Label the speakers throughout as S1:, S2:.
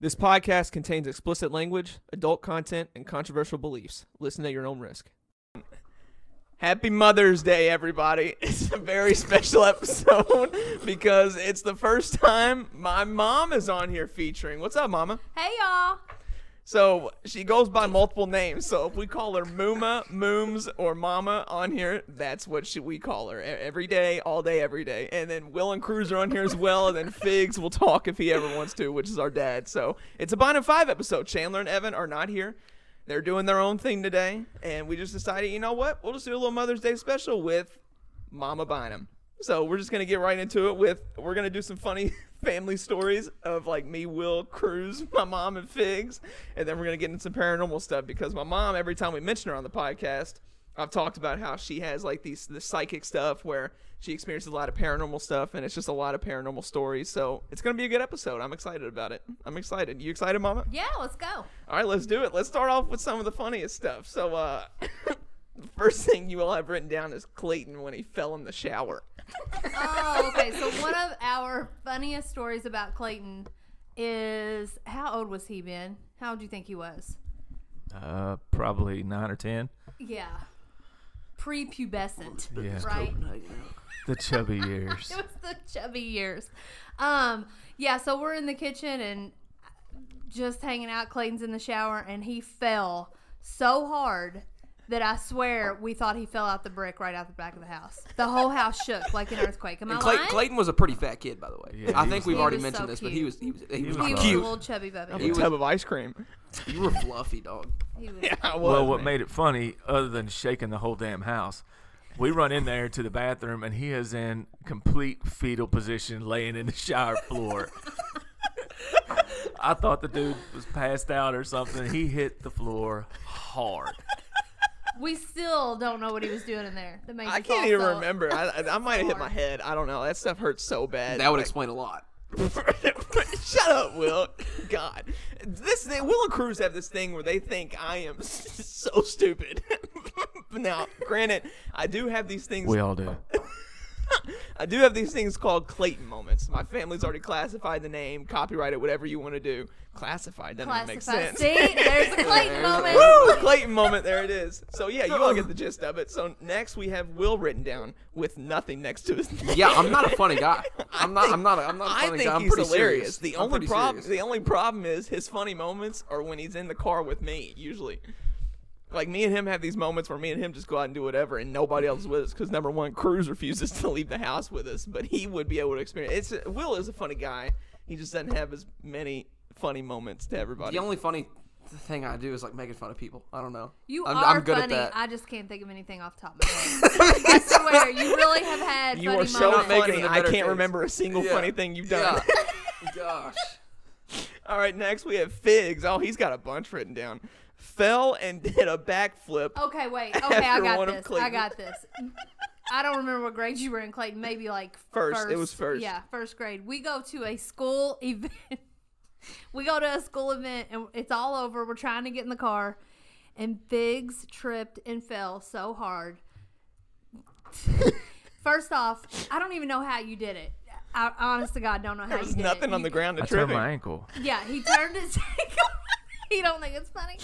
S1: This podcast contains explicit language, adult content, and controversial beliefs. Listen at your own risk. Happy Mother's Day, everybody. It's a very special episode because it's the first time my mom is on here featuring. What's up, Mama?
S2: Hey y'all.
S1: So she goes by multiple names. So if we call her Mooma, Mooms, or Mama on here, that's what she, we call her e- every day, all day, every day. And then Will and Cruz are on here as well. And then Figs will talk if he ever wants to, which is our dad. So it's a Bond and Five episode. Chandler and Evan are not here. They're doing their own thing today. And we just decided, you know what? We'll just do a little Mother's Day special with Mama Bynum. So we're just gonna get right into it with we're gonna do some funny family stories of like me, Will, Cruz, my mom, and Figs, and then we're gonna get into some paranormal stuff because my mom, every time we mention her on the podcast, I've talked about how she has like these the psychic stuff where she experiences a lot of paranormal stuff and it's just a lot of paranormal stories. So it's gonna be a good episode. I'm excited about it. I'm excited. You excited, Mama?
S2: Yeah, let's go.
S1: All right, let's do it. Let's start off with some of the funniest stuff. So, uh, the first thing you all have written down is Clayton when he fell in the shower.
S2: Oh, okay. So one of our funniest stories about Clayton is how old was he, Ben? How old do you think he was?
S3: Uh, probably nine or ten.
S2: Yeah. Prepubescent.
S3: Yeah.
S2: Right?
S3: The chubby years.
S2: It was the chubby years. Um, yeah, so we're in the kitchen and just hanging out. Clayton's in the shower and he fell so hard that I swear we thought he fell out the brick right out the back of the house. The whole house shook like an earthquake. Am I
S4: Clay,
S2: lying?
S4: Clayton was a pretty fat kid, by the way.
S3: Yeah,
S4: I
S3: he
S4: think
S3: was-
S4: we've
S2: He
S4: already
S2: was so
S4: mentioned this, but he
S2: cute.
S4: was he was he was,
S3: was
S2: He was a
S4: cute.
S2: little chubby bubby.
S1: I'm
S4: He
S1: a
S4: was-
S1: tub of ice cream.
S4: You were fluffy, dog.
S2: He was-
S1: Yeah, I was.
S3: well, what
S1: man.
S3: made it funny, other than shaking the whole damn house, we run in there to the bathroom and he is in complete fetal position, laying in the shower floor. I thought the dude was passed out or something. He hit the floor hard.
S2: We still don't know what he was doing in there. That made
S1: I
S2: you
S1: can't
S2: fall
S1: even
S2: so-
S1: remember. I, I, I might have hit my head. I don't know. That stuff hurts so bad.
S4: That would
S1: Like,
S4: explain a lot.
S1: Shut up, Will. God, this thing, Will and Cruz have this thing where they think I am so stupid. now, granted, I do have these things.
S3: We all do.
S1: I do have these things called Clayton moments. My family's already classified the name, copyrighted, whatever you want to do. Classified doesn't even make sense.
S2: Classified. See, there's a Clayton moment.
S1: Woo! Clayton moment. There it is. So yeah, you all get the gist of it. So next we have Will written down with nothing next to his name.
S4: Yeah, I'm not a funny guy. I'm not. I'm not. A, I'm not a
S1: I
S4: funny
S1: think
S4: guy. I'm
S1: he's
S4: pretty
S1: hilarious.
S4: serious.
S1: The
S4: I'm
S1: only
S4: pretty
S1: problem,
S4: serious.
S1: the only problem is his funny moments are when he's in the car with me. Usually, like me and him have these moments where me and him just go out and do whatever, and nobody else is with us because number one, Cruz refuses to leave the house with us, but he would be able to experience. It's Will is a funny guy. He just doesn't have as many funny moments to everybody.
S4: The only funny thing I do is like making fun of people. I don't know.
S2: You
S4: I'm,
S2: are
S4: I'm good
S2: funny.
S4: at that.
S2: I just can't think of anything off the top of my head. I swear, you really have had
S1: you
S2: funny
S1: are so
S2: moments.
S4: making
S1: funny.
S4: the
S1: I
S4: better
S1: can't
S4: things.
S1: remember a single
S4: Yeah.
S1: funny thing you've done.
S4: Yeah. Gosh.
S1: All right, next we have Figs. Oh, he's got a bunch written down. Fell and did a backflip.
S2: Okay, wait. Okay, Oh, I
S1: After
S2: got
S1: one of
S2: this. I
S1: Clayton.
S2: got this. I don't remember what grade you were in, Clayton. Maybe like
S1: First. It was first.
S2: Yeah, first grade. We go to a school event. we go to a school event, and it's all over. We're trying to get in the car, and Figs tripped and fell so hard. first off, I don't even know how you did it. I, honest to God, don't know how
S1: There
S2: you
S1: was
S2: did
S1: nothing
S2: it.
S1: on
S2: You-
S1: the ground to
S3: I turned
S1: trip
S3: my
S1: him.
S3: ankle.
S2: yeah, he turned his ankle. he don't think it's funny.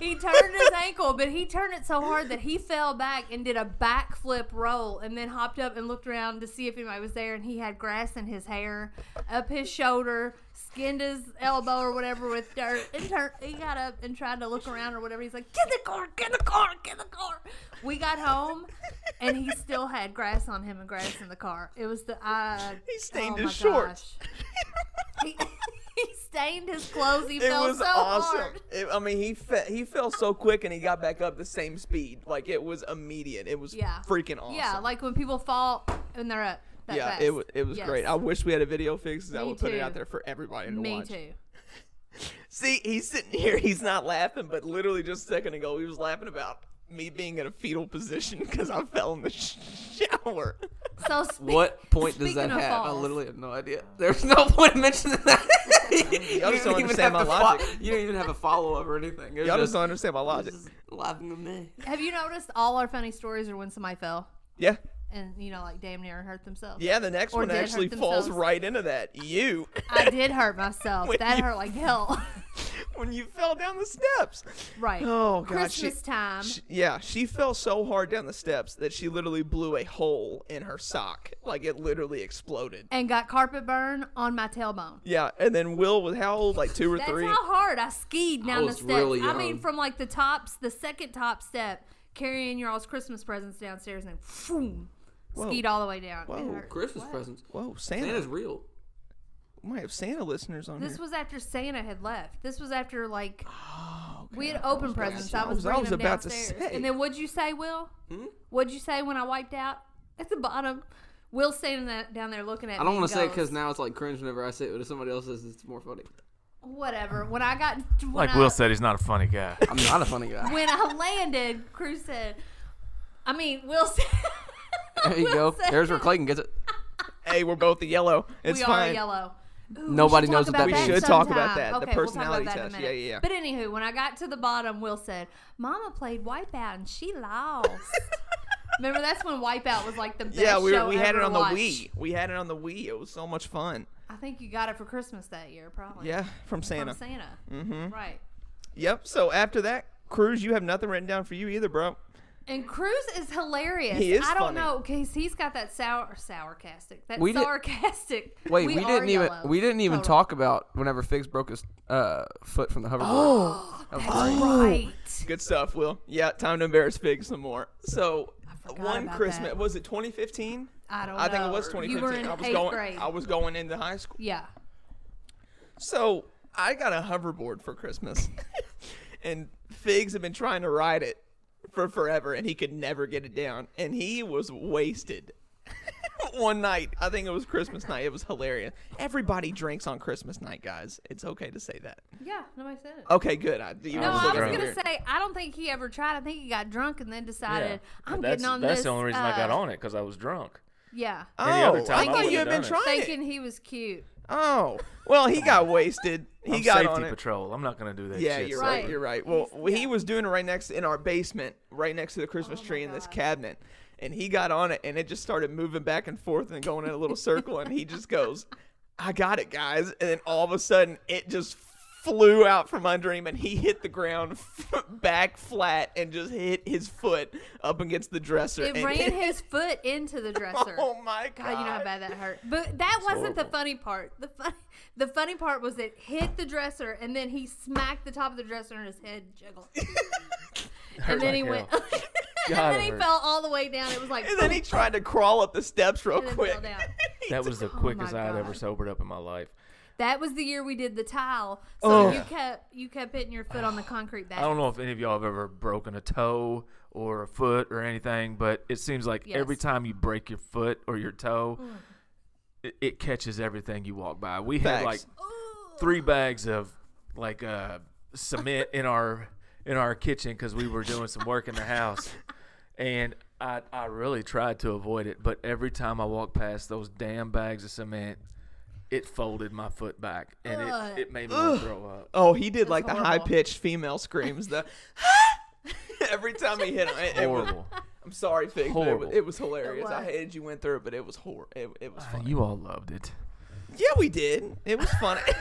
S2: He turned his ankle, but he turned it so hard that he fell back and did a backflip roll, and then hopped up and looked around to see if anybody was there. And he had grass in his hair, up his shoulder, skinned his elbow or whatever with dirt, and turned. He got up and tried to look around or whatever. He's like, "Get in the car! Get in the car! Get in the car!" We got home, and he still had grass on him and grass in the car. It was the I.
S1: He stained
S2: oh my
S1: his shorts.
S2: gosh. He, he stained his clothes. He
S1: It
S2: fell
S1: was
S2: so
S1: awesome.
S2: hard.
S1: It, I mean, he fe- he fell so quick and he got back up the same speed. Like it was immediate. It was
S2: Yeah.
S1: freaking awesome.
S2: Yeah, like when people fall and they're up. That
S1: yeah,
S2: fast.
S1: it wa- it was
S2: Yes.
S1: great. I wish we had a video fix 'cause I
S2: Me
S1: would put it
S2: too.
S1: out there for everybody to
S2: Me
S1: watch.
S2: too.
S1: See, he's sitting here. He's not laughing, but literally just a second ago, he was laughing about me being in a fetal position because I fell in the sh- shower.
S2: So spe-
S4: What point does that
S2: speaking of
S4: have? I
S2: falls.
S4: literally have no idea. There's no point in mentioning that. you
S1: don't
S4: didn't even
S1: understand
S4: have
S1: my
S4: to fo-
S1: logic.
S4: you don't even have a follow up or anything. It was
S1: Y'all just
S4: just,
S1: don't understand my logic.
S4: just laughing at me.
S2: Have you noticed all our funny stories are when somebody fell?
S1: Yeah.
S2: and you know, like damn near hurt themselves.
S1: Yeah, the next
S2: Or
S1: one
S2: did hurt
S1: actually falls
S2: themselves.
S1: right into that. You,
S2: I did hurt myself.
S1: When
S2: that
S1: you-
S2: hurt like hell.
S1: when you fell down the steps.
S2: right.
S1: Oh, God. she-
S2: Christmas time.
S1: She, yeah, she fell so hard down the steps that she literally blew a hole in her sock. Like it literally exploded.
S2: and got carpet burn on my tailbone.
S1: Yeah, and then Will was how old? Like two or
S2: That's
S1: three.
S2: how hard I skied down the
S4: was
S2: steps.
S4: really
S2: I mean,
S4: young.
S2: from like the tops, the second top step, carrying your all's Christmas presents downstairs, and then boom,
S1: Whoa.
S2: skied all the way down. It
S1: Whoa.
S2: hurt.
S4: Christmas
S2: What?
S4: presents.
S1: Whoa, Santa!
S4: Santa's real.
S1: We might have Santa listeners on
S2: This
S1: here.
S2: was after Santa had left. This was after like we had open presents. I
S1: I
S2: was,
S1: was- I
S2: bringing
S1: was
S2: them
S1: about to
S2: downstairs.
S1: say.
S2: And then what'd you say, Will? What'd you say when I wiped out at the bottom? Will's standing that, down there looking at
S4: I
S2: me
S4: don't
S2: and
S4: want to say it
S2: goes,
S4: because now it's like cringe whenever I say it, but if somebody else says it, it's more funny.
S2: whatever. When I got when
S3: Like
S2: I,
S3: Will said, he's not a funny guy.
S4: I'm not a funny guy.
S2: when I landed, Cruz said, I mean, Will said,
S4: There you
S2: Will
S4: go.
S2: said-
S4: There's where Clayton gets it.
S1: hey, we're both yellow. It's
S2: we
S1: fine.
S2: are yellow. Ooh, we
S4: Nobody
S2: should
S4: knows
S2: talk
S4: what that
S2: about
S4: means. We
S1: should talk about
S2: sometime.
S1: that, the
S2: Okay, we'll talk about
S1: personality
S2: that in a
S1: test.
S2: minute.
S1: Yeah, yeah, yeah.
S2: But anywho, when I got to the bottom, Will said, "Mama played Wipeout and she lost." Remember, that's when Wipeout was like the best
S1: Yeah, we,
S2: show
S1: we had
S2: ever
S1: it
S2: to
S1: on
S2: watch.
S1: the Wii. We had it on the Wii. It was so much fun.
S2: I think you got it for Christmas that year, probably.
S1: Yeah, from
S2: From
S1: Santa.
S2: Santa. Mm-hmm. Right.
S1: Yep. So after that, Cruz, you have nothing written down for you either, bro.
S2: And Cruz is hilarious.
S1: He is
S2: I don't
S1: funny.
S2: know because he's got that sour, sarcastic, that
S4: We did-
S2: sarcastic.
S4: Wait, we,
S2: are
S4: didn't even
S2: yellow. Oh.
S4: we didn't even
S2: Total.
S4: talk about whenever Figs broke his uh, foot from the hoverboard.
S2: That's right.
S1: Good stuff, Will. Yeah, time to embarrass Fig some more. So
S2: forgot
S1: one
S2: about
S1: Christmas
S2: that.
S1: was it 2015?
S2: I don't.
S1: I think it
S2: know.
S1: was 2015.
S2: You were in
S1: I was
S2: eighth
S1: going.
S2: grade.
S1: I was going into high school.
S2: yeah.
S1: So I got a hoverboard for Christmas, and Figs had been trying to ride it for forever, and he could never get it down, and he was wasted. One night, I think it was Christmas night. It was hilarious. Everybody drinks on Christmas night, guys. It's okay to say that.
S2: Yeah. Nobody said
S4: Oh,
S2: it.
S1: Okay, good. I, you
S2: No,
S3: I was
S2: I was
S3: looking
S2: gonna
S3: weird.
S2: say I don't think he ever tried. I think he got drunk and then decided I'm
S3: that's,
S2: getting on
S3: That's
S2: this.
S3: the only reason I got
S2: uh,
S3: on it because I was drunk.
S2: Yeah,
S1: Oh,
S3: Any other time I
S1: I thought
S3: would've
S1: you had been
S3: done it.
S1: trying. it.
S2: thinking he was cute.
S1: Oh, well, he got wasted. He
S3: I'm
S1: got
S3: safety
S1: on it.
S3: patrol. I'm not gonna do that.
S1: Yeah,
S3: shit,
S1: you're
S3: so-
S1: right.
S2: Right.
S1: You're right. Well,
S2: He's-
S1: he
S2: yeah. Oh
S1: was doing it right next in our basement, right next to the Christmas
S2: my
S1: tree in this
S2: God.
S1: cabinet, and he got on it, and it just started moving back and forth and going in a little circle, and he just goes, "I got it, guys!" And then all of a sudden, it just flew out from under him, and he hit the ground back flat and just hit his foot up against the dresser.
S2: It
S1: and
S2: ran his foot into the dresser.
S1: Oh my god!
S2: God, you know how bad that hurt. But that wasn't the
S3: horrible.
S2: funny part. The funny, the funny part was it hit the dresser and then he smacked the top of the dresser and his head jiggled. and then
S3: like
S2: he went.
S3: hell.
S2: and
S3: God,
S2: then
S3: it
S2: he
S3: hurt.
S2: fell all the way down. It was like.
S1: And then he
S2: boom,
S1: tried to crawl up the steps real
S2: and then
S1: quick.
S2: fell down.
S3: That was the
S2: my
S3: quickest I had
S2: God.
S3: ever sobered up in my life.
S2: That was the year we did the tile. So
S1: Oh.
S2: you kept you kept hitting your foot on the concrete
S3: I
S2: bag.
S3: don't know if any of y'all have ever broken a toe or a foot or anything, but it seems like every
S2: Yes.
S3: time you break your foot or your toe, it, it catches everything you walk by. We had like
S1: Facts.
S2: Ooh.
S3: three bags of like uh, cement in our in our kitchen because we were doing some work in the house, and I I really tried to avoid it, but every time I walked past those damn bags of cement, it folded my foot back and
S2: Ugh.
S3: it, it made me want to throw up.
S1: Oh, he did like the
S2: horrible.
S1: high pitched female screams. The every time he hit him, it, it was,
S3: Horrible.
S1: I'm sorry, Fig, but it was,
S3: Horrible.
S1: it was hilarious. I
S2: was.
S1: hated you went through it, but it was hor. It, it was funny.
S3: Ah, You all loved it.
S1: yeah, we did. It was funny.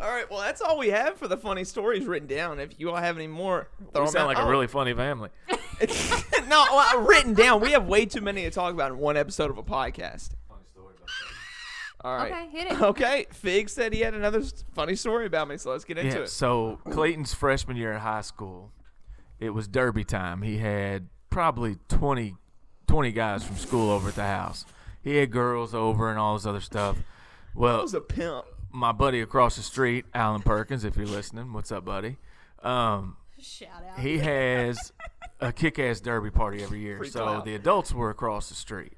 S1: all right, well, that's all we have for the funny stories written down. If you all have any more, throw
S3: You
S1: 'em
S3: sound
S1: out.
S3: like
S1: Oh.
S3: a really funny family.
S1: no well, uh, written down. We have way too many to talk about in one episode of a podcast. All right.
S2: Okay, hit it.
S1: Okay, Fig said he had another s- funny story about me, so let's get into
S3: Yeah,
S1: it.
S3: so Clayton's freshman year in high school, it was derby time. He had probably 20, 20 guys from school over at the house. He had girls over and all this other stuff.
S1: I
S3: Well,
S1: was a pimp.
S3: my buddy across the street, Alan Perkins, if you're listening, what's up, buddy? Um,
S2: Shout out.
S3: he has a kick-ass derby party every year.
S1: Freak
S3: so
S1: out.
S3: the adults were across the street.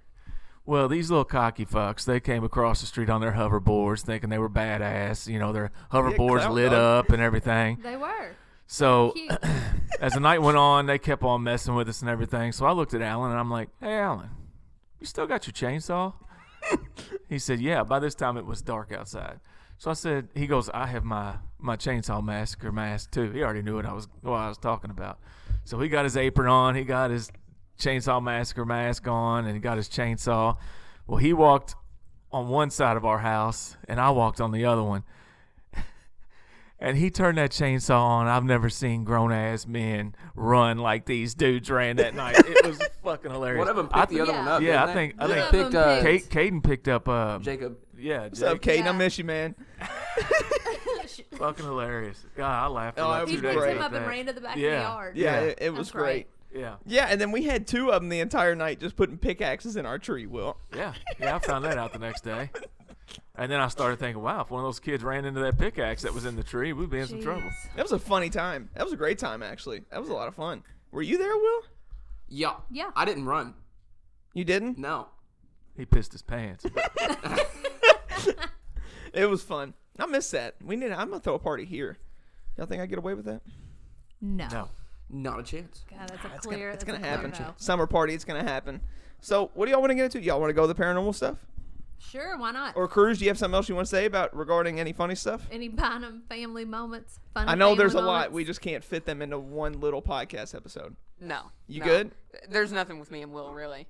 S3: Well, these little cocky fucks, they came across the street on their hoverboards, thinking they were badass. You know, their hoverboards
S1: clout
S3: lit
S1: dog.
S3: up and everything.
S2: they were
S3: So
S2: cute.
S3: as the night went on, they kept on messing with us and everything. So I looked at Alan and I'm like, "Hey, Alan, you still got your chainsaw?" he said, "Yeah." By this time, it was dark outside. So I said, "He goes, I have my my chainsaw massacre mask too." He already knew what I was what I was talking about. So he got his apron on. He got his chainsaw massacre mask on and got his chainsaw. Well, he walked on one side of our house and I walked on the other one. And he turned that chainsaw on. I've never seen grown ass men run like these dudes ran that night. It was fucking hilarious.
S4: One of them
S3: I
S4: picked the other
S2: Yeah.
S4: one up.
S3: Yeah, I
S4: didn't
S3: think
S4: they?
S3: I
S2: One
S3: think
S2: of 'em
S4: picked, uh,
S2: picked-
S3: Kate Caden picked up uh
S4: Jacob.
S3: yeah,
S1: What's up,
S3: Jake,
S1: Kate? I
S2: Yeah.
S1: miss you, man.
S3: fucking hilarious. God, I laughed.
S1: Oh,
S3: about
S1: it
S2: he
S3: two
S1: was
S3: days
S2: picked him
S3: about
S2: up and
S3: that.
S2: ran to the back
S3: Yeah.
S2: of the yard.
S1: Yeah,
S3: Yeah.
S1: it, it was
S2: That's
S1: great.
S2: right.
S3: Yeah,
S1: Yeah, and then we had two of them the entire night, just putting pickaxes in our tree. Will
S3: yeah, yeah. I found that out the next day, and then I started thinking, wow, if one of those kids ran into that pickaxe that was in the tree, we'd be in some trouble.
S2: Jeez.
S1: that was a funny time. That was a great time, actually. That was a lot of fun. Were you there, Will?
S4: Yeah.
S2: Yeah.
S4: I didn't run.
S1: You didn't.
S4: No.
S3: He pissed his pants.
S1: It was fun. I miss that. We need. I'm gonna throw a party here. Y'all think I get away with that?
S2: No.
S3: No.
S4: Not a chance.
S2: God, that's a
S1: Ah, It's gonna,
S2: clear.
S1: it's
S2: that's
S1: gonna
S2: a clear
S1: happen.
S2: no.
S1: Summer party. It's gonna happen. So, what do y'all want to get into? Y'all want to go to the paranormal stuff
S2: Sure, why not?
S1: or cruise? Do you have something else you want to say about regarding any funny stuff?
S2: Any Bynum family moments? Fun
S1: I know there's a
S2: family
S1: lot. We
S2: moments?
S1: just can't fit them into one little podcast episode.
S5: No.
S1: You
S5: no.
S1: good?
S5: There's nothing with me and Will really.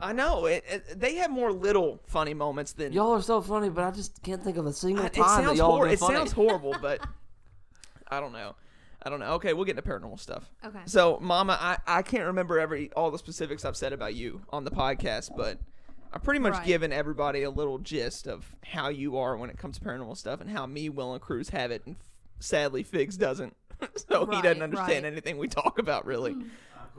S1: I know. It, it, they have more little funny moments than
S4: Y'all are so funny, but I just can't think of a single
S1: It
S4: time that
S1: sounds,
S4: y'all
S1: hor-
S4: were
S1: it
S4: funny.
S1: sounds horrible, but I don't know. I don't know. Okay, we'll get into paranormal stuff.
S2: Okay.
S1: So, Mama, I, I can't remember every all the specifics I've said about you on the podcast, but I've pretty much
S2: Right.
S1: given everybody a little gist of how you are when it comes to paranormal stuff and how me, Will, and Cruz have it, and sadly, Figs doesn't. so he
S2: Right,
S1: doesn't understand
S2: right. Hmm.
S1: anything we talk about, really.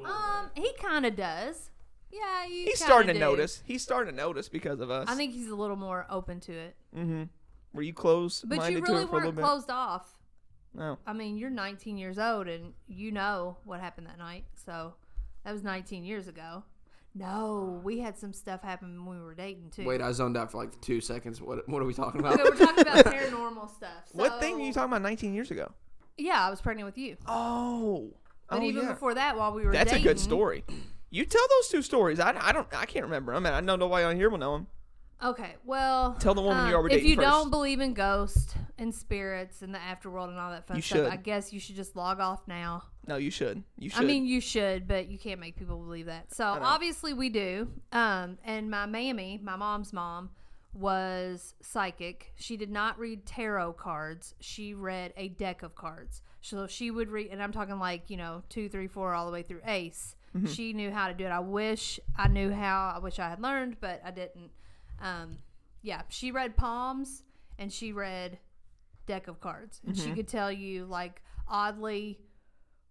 S2: Um, he kind of does. Yeah, you.
S1: He's
S2: kinda
S1: starting to
S2: do.
S1: notice. He's starting to notice because of us.
S2: I think he's a little more open to it,
S1: Were you closed
S2: but you
S1: minded to
S2: really
S1: it for a little
S2: weren't
S1: bit?
S2: closed off.
S1: No.
S2: I mean, you're 19 years old, and you know what happened that night. So that was 19 years ago. No, we had some stuff happen when we were dating too.
S4: Wait, I zoned out for like two seconds. What What are we talking about?
S2: Okay, we're talking about paranormal stuff.
S1: What thing
S2: so-
S1: are you talking about 19 years ago?
S2: Yeah, I was pregnant with you,
S1: Oh.
S2: but
S1: oh,
S2: even
S1: yeah.
S2: before that, while we were
S1: That's
S2: dating,
S1: a good story. You tell those two stories. I, I don't I can't remember. I mean I know nobody on here will know them.
S2: Okay, well,
S1: Tell the woman
S2: um,
S1: you already
S2: If
S1: dated
S2: you do
S1: first.
S2: don't believe in ghosts and spirits and the afterworld and all that fun
S1: You
S2: stuff,
S1: should.
S2: I guess you should just log off now.
S1: No, you should. You should.
S2: I mean, you should, but you can't make people believe that. So obviously, we do. Um, and my mammy, my mom's mom, was psychic. She did not read tarot cards. She read a deck of cards. So she would read, and I'm talking like you know two, three, four, all the way through ace. She knew how to do it. I wish I knew how. I wish I had learned, but I didn't. Um, yeah, she read palms and she read deck of cards, and she could tell you like oddly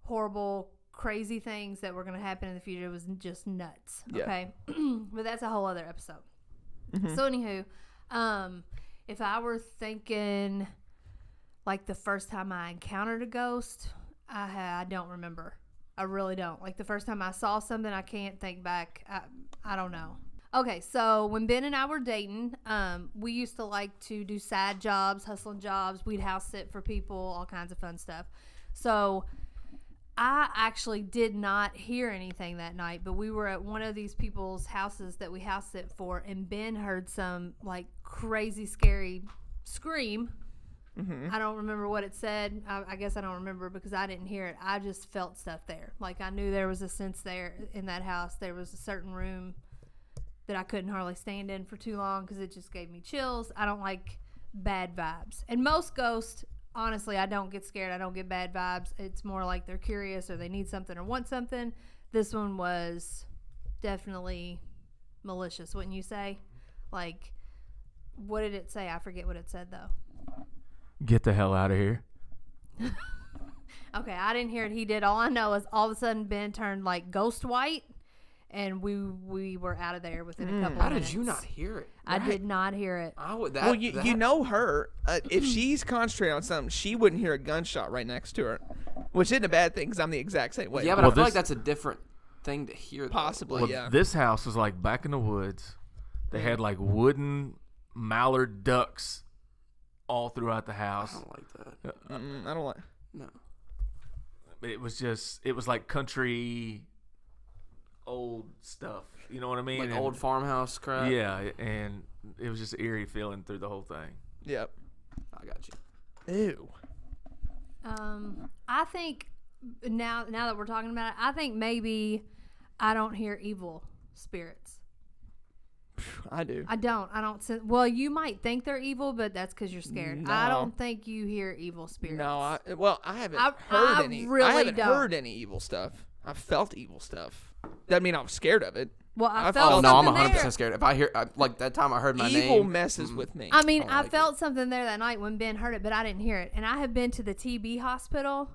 S2: horrible, crazy things that were going to happen in the future was just nuts.
S1: Yeah.
S2: Okay. but that's a whole other episode. So, anywho, um, if I were thinking like the first time I encountered a ghost, I, ha- I don't remember. I really don't. Like the first time I saw something, I can't think back. I, I don't know. Okay, so when Ben and I were dating, um, we used to like to do side jobs, hustling jobs. We'd house sit for people, all kinds of fun stuff. So I actually did not hear anything that night, but we were at one of these people's houses that we house sit for, and Ben heard some like crazy, scary scream. I don't remember what it said. I, I guess I don't remember because I didn't hear it. I just felt stuff there. Like I knew there was a sense there in that house. There was a certain room that I couldn't hardly stand in for too long because it just gave me chills. I don't like bad vibes. And most ghosts, honestly, I don't get scared. I don't get bad vibes. It's more like they're curious or they need something or want something. This one was definitely malicious, wouldn't you say? Like, what did it say? I forget what it said though.
S3: Get the hell out of here.
S2: Okay, I didn't hear it. He did. All I know is all of a sudden Ben turned like ghost white, and we we were out of there within a couple.
S4: Mm. How
S2: of
S4: did you
S2: minutes.
S4: not hear it?
S2: I did not hear it.
S4: I would. That,
S1: well, you,
S4: that-
S1: you know her. Uh, if she's concentrating on something, she wouldn't hear a gunshot right next to her, which isn't a bad thing because I'm the exact same way.
S4: Yeah, but
S3: Well,
S4: I feel
S3: this-
S4: like that's a different thing to hear. though.
S1: possibly.
S3: Well,
S1: yeah.
S3: this house was like back in the woods. They had like wooden mallard ducks all throughout the
S4: I
S3: house.
S4: don't like that.
S1: Mm, I don't like.
S4: No.
S3: It was just, it was like country old stuff. You know what I mean?
S4: Like
S3: And-
S4: old farmhouse
S2: Uh,
S4: crap.
S3: Yeah, and it was just eerie feeling through the whole thing.
S1: Yep.
S4: I got you.
S1: Ew.
S2: Um, I think now now that we're talking about it, I think maybe I don't hear evil spirits.
S1: I do.
S2: I don't. I don't. Sen- well, you might think they're evil, but that's because you're scared. I
S1: No.
S2: don't think you hear evil spirits.
S1: No, I, well, I haven't
S2: I-
S1: heard
S2: I
S1: any.
S2: really
S1: I haven't
S2: don't.
S1: heard any evil stuff. I've felt evil stuff. Doesn't mean I'm scared of it.
S2: Well, I,
S1: I
S2: felt
S1: felt-
S4: Oh
S2: something
S4: no, I'm 100
S2: there.
S4: percent scared. If I hear I, like that time I heard my
S1: evil
S4: name,
S1: messes with me.
S2: I mean,
S4: don't
S2: I,
S4: like it.
S2: felt something there that night when Ben heard it, but I didn't hear it. And I have been to the TB hospital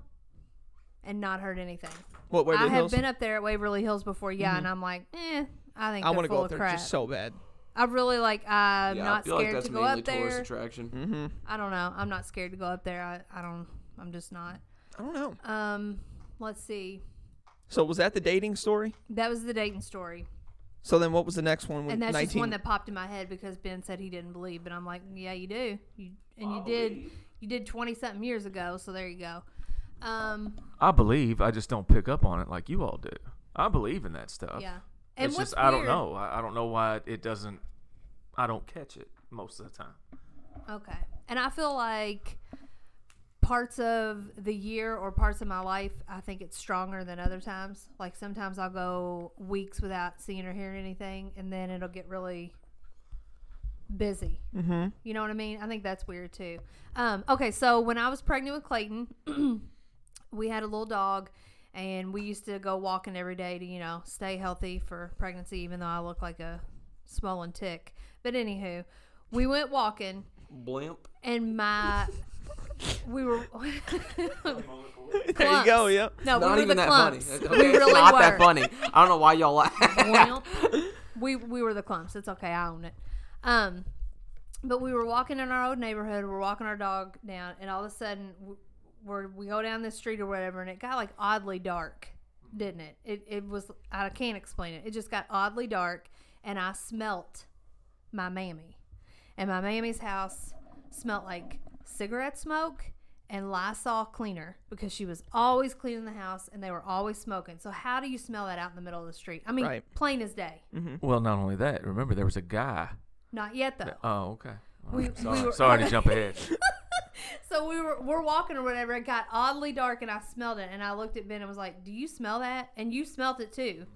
S2: and not heard anything.
S1: what Waverly
S2: I have
S1: Hills? Mm-hmm.
S2: been up there at Waverly Hills before, yeah, and I'm like, eh, I think
S1: I
S2: I
S1: want to
S2: they're full
S1: go
S2: of
S1: up there
S2: crap.
S1: just so bad.
S2: I'm really like, I'm
S4: yeah, I
S2: not
S4: feel
S2: scared
S4: like that's
S2: to go
S4: mainly
S2: up
S4: tourist
S2: there.
S4: attraction.
S2: I don't know. I'm not scared to go up there. I, I don't. I'm just not.
S1: I don't know.
S2: Um, let's see.
S1: So was that the dating story?
S2: That was the Dayton story,
S1: So then, what was the next one? When
S2: and that's
S1: 19...
S2: just one that popped in my head because Ben said he didn't believe, but I'm like, yeah, you do. You and you did. You did 20 something years ago, so there you go. Um,
S3: I believe. I just don't pick up on it like you all do. I believe in that stuff.
S2: yeah. And
S3: It's
S2: what's
S3: just I don't
S2: weird-
S3: know. I, I don't know why it doesn't. I don't catch it most of the time.
S2: Okay. And I feel like parts of the year or parts of my life, I think it's stronger than other times. Like sometimes I'll go weeks without seeing or hearing anything, and then it'll get really busy. Mm-hmm. You know what I mean? I think that's weird too. Um, okay, so when I was pregnant with Clayton, we had a little dog. And we used to go walking every day to, you know, stay healthy for pregnancy, even though I look like a swollen tick. But anywho, we went walking
S4: Blimp.
S2: and my we were
S1: there you go.
S2: clumps.
S1: Yep.
S2: no we
S4: Not
S2: were the
S4: even that
S2: clumps
S4: funny.
S2: we really
S4: not
S2: were
S4: that funny. I don't know why y'all laugh.
S2: Well, we we were the clumps it's okay I own it um but we were walking in our old neighborhood we're walking our dog down and all of a sudden w- we're, we go down this street or whatever and it got like oddly dark didn't it it, it was I can't explain it it just got oddly dark and I smelt my mammy and my mammy's house smelled like cigarette smoke and Lysol cleaner because she was always cleaning the house and they were always smoking. So how do you smell that out in the middle of the street? I mean,
S1: Right.
S2: plain as day.
S3: Well, not only that. Remember, there was a guy.
S2: Not yet though.
S3: Oh, okay. All
S2: We-
S3: right.
S2: we
S3: sorry,
S2: were-
S3: sorry to jump ahead.
S2: So we were we're walking or whatever. It got oddly dark and I smelled it and I looked at Ben and was like, "Do you smell that?" And you smelt it too.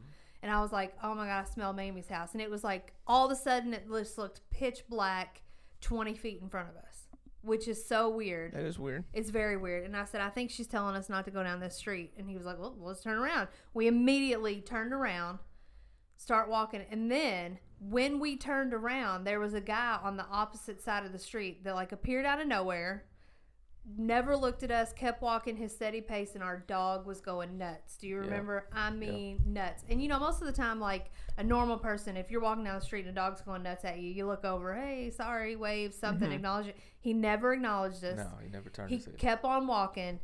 S2: And I was like, "Oh my god, I smell Mamie's house." And it was like all of a sudden it just looked pitch black, twenty feet in front of us, which is so weird.
S1: That is weird.
S2: It's very weird. And I said, I think she's telling us not to go down this street. And he was like, Well, let's turn around. We immediately turned around, start walking. And then when we turned around, there was a guy on the opposite side of the street that like appeared out of nowhere, never looked at us, kept walking his steady pace, and our dog was going nuts. Do you remember? I mean, nuts. And you know, most of the time, like a normal person, if you're walking down the street and a dog's going nuts at you, you look over, hey, sorry, wave something, acknowledge it. He never acknowledged us.
S3: Mm-hmm. No, he never turned
S2: He
S3: his head.
S2: kept on walking.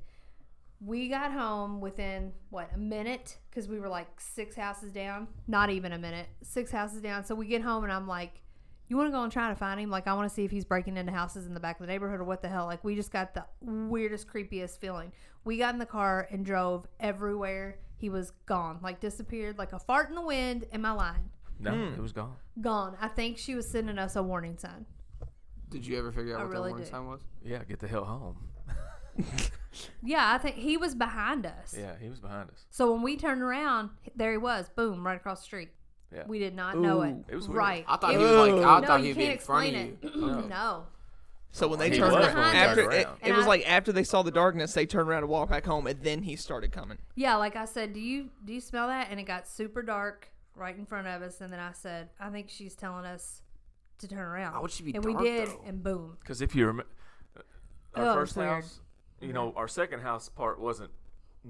S2: We got home within what a minute because we were like six houses down. Not even a minute, six houses down. So we get home and I'm like, "You want to go and try to find him? Like, I want to see if he's breaking into houses in the back of the neighborhood or what the hell." Like, we just got the weirdest, creepiest feeling. We got in the car and drove everywhere. He was gone, like disappeared, like a fart in the wind in my line.
S3: No, it was gone.
S2: Gone. I think she was sending us a warning sign.
S4: Did you ever figure out
S2: I
S4: what
S2: really
S4: that warning
S2: did.
S4: sign was?
S3: Yeah, get the hell home.
S2: Yeah, I think he was behind us.
S3: Yeah, he was behind us.
S2: So when we turned around, there he was. Boom, right across the street.
S3: Yeah.
S2: We did not know it.
S1: Ooh.
S3: It was weird.
S2: right.
S4: I thought
S2: It
S4: he was like I
S2: no,
S4: thought
S2: you
S4: he'd be
S2: can't
S4: in front
S2: explain
S4: of
S2: it.
S4: you. Oh.
S2: no.
S1: So when they
S3: He
S1: turned
S3: was
S1: around,
S2: when we
S1: after
S3: turned
S1: it,
S3: around.
S1: it
S2: And
S1: was
S2: I-
S1: like after they saw the darkness, they turned around and walked back home, and then he started coming.
S2: Yeah, like I said, do you do you smell that? And it got super dark right in front of us. And then I said, I think she's telling us to turn around.
S4: Why would she be
S2: And
S4: dark,
S2: we did,
S4: though?
S2: and boom.
S3: Because if you remember, our
S2: Oh, it was
S3: first
S2: weird.
S3: house, you know, our second house part wasn't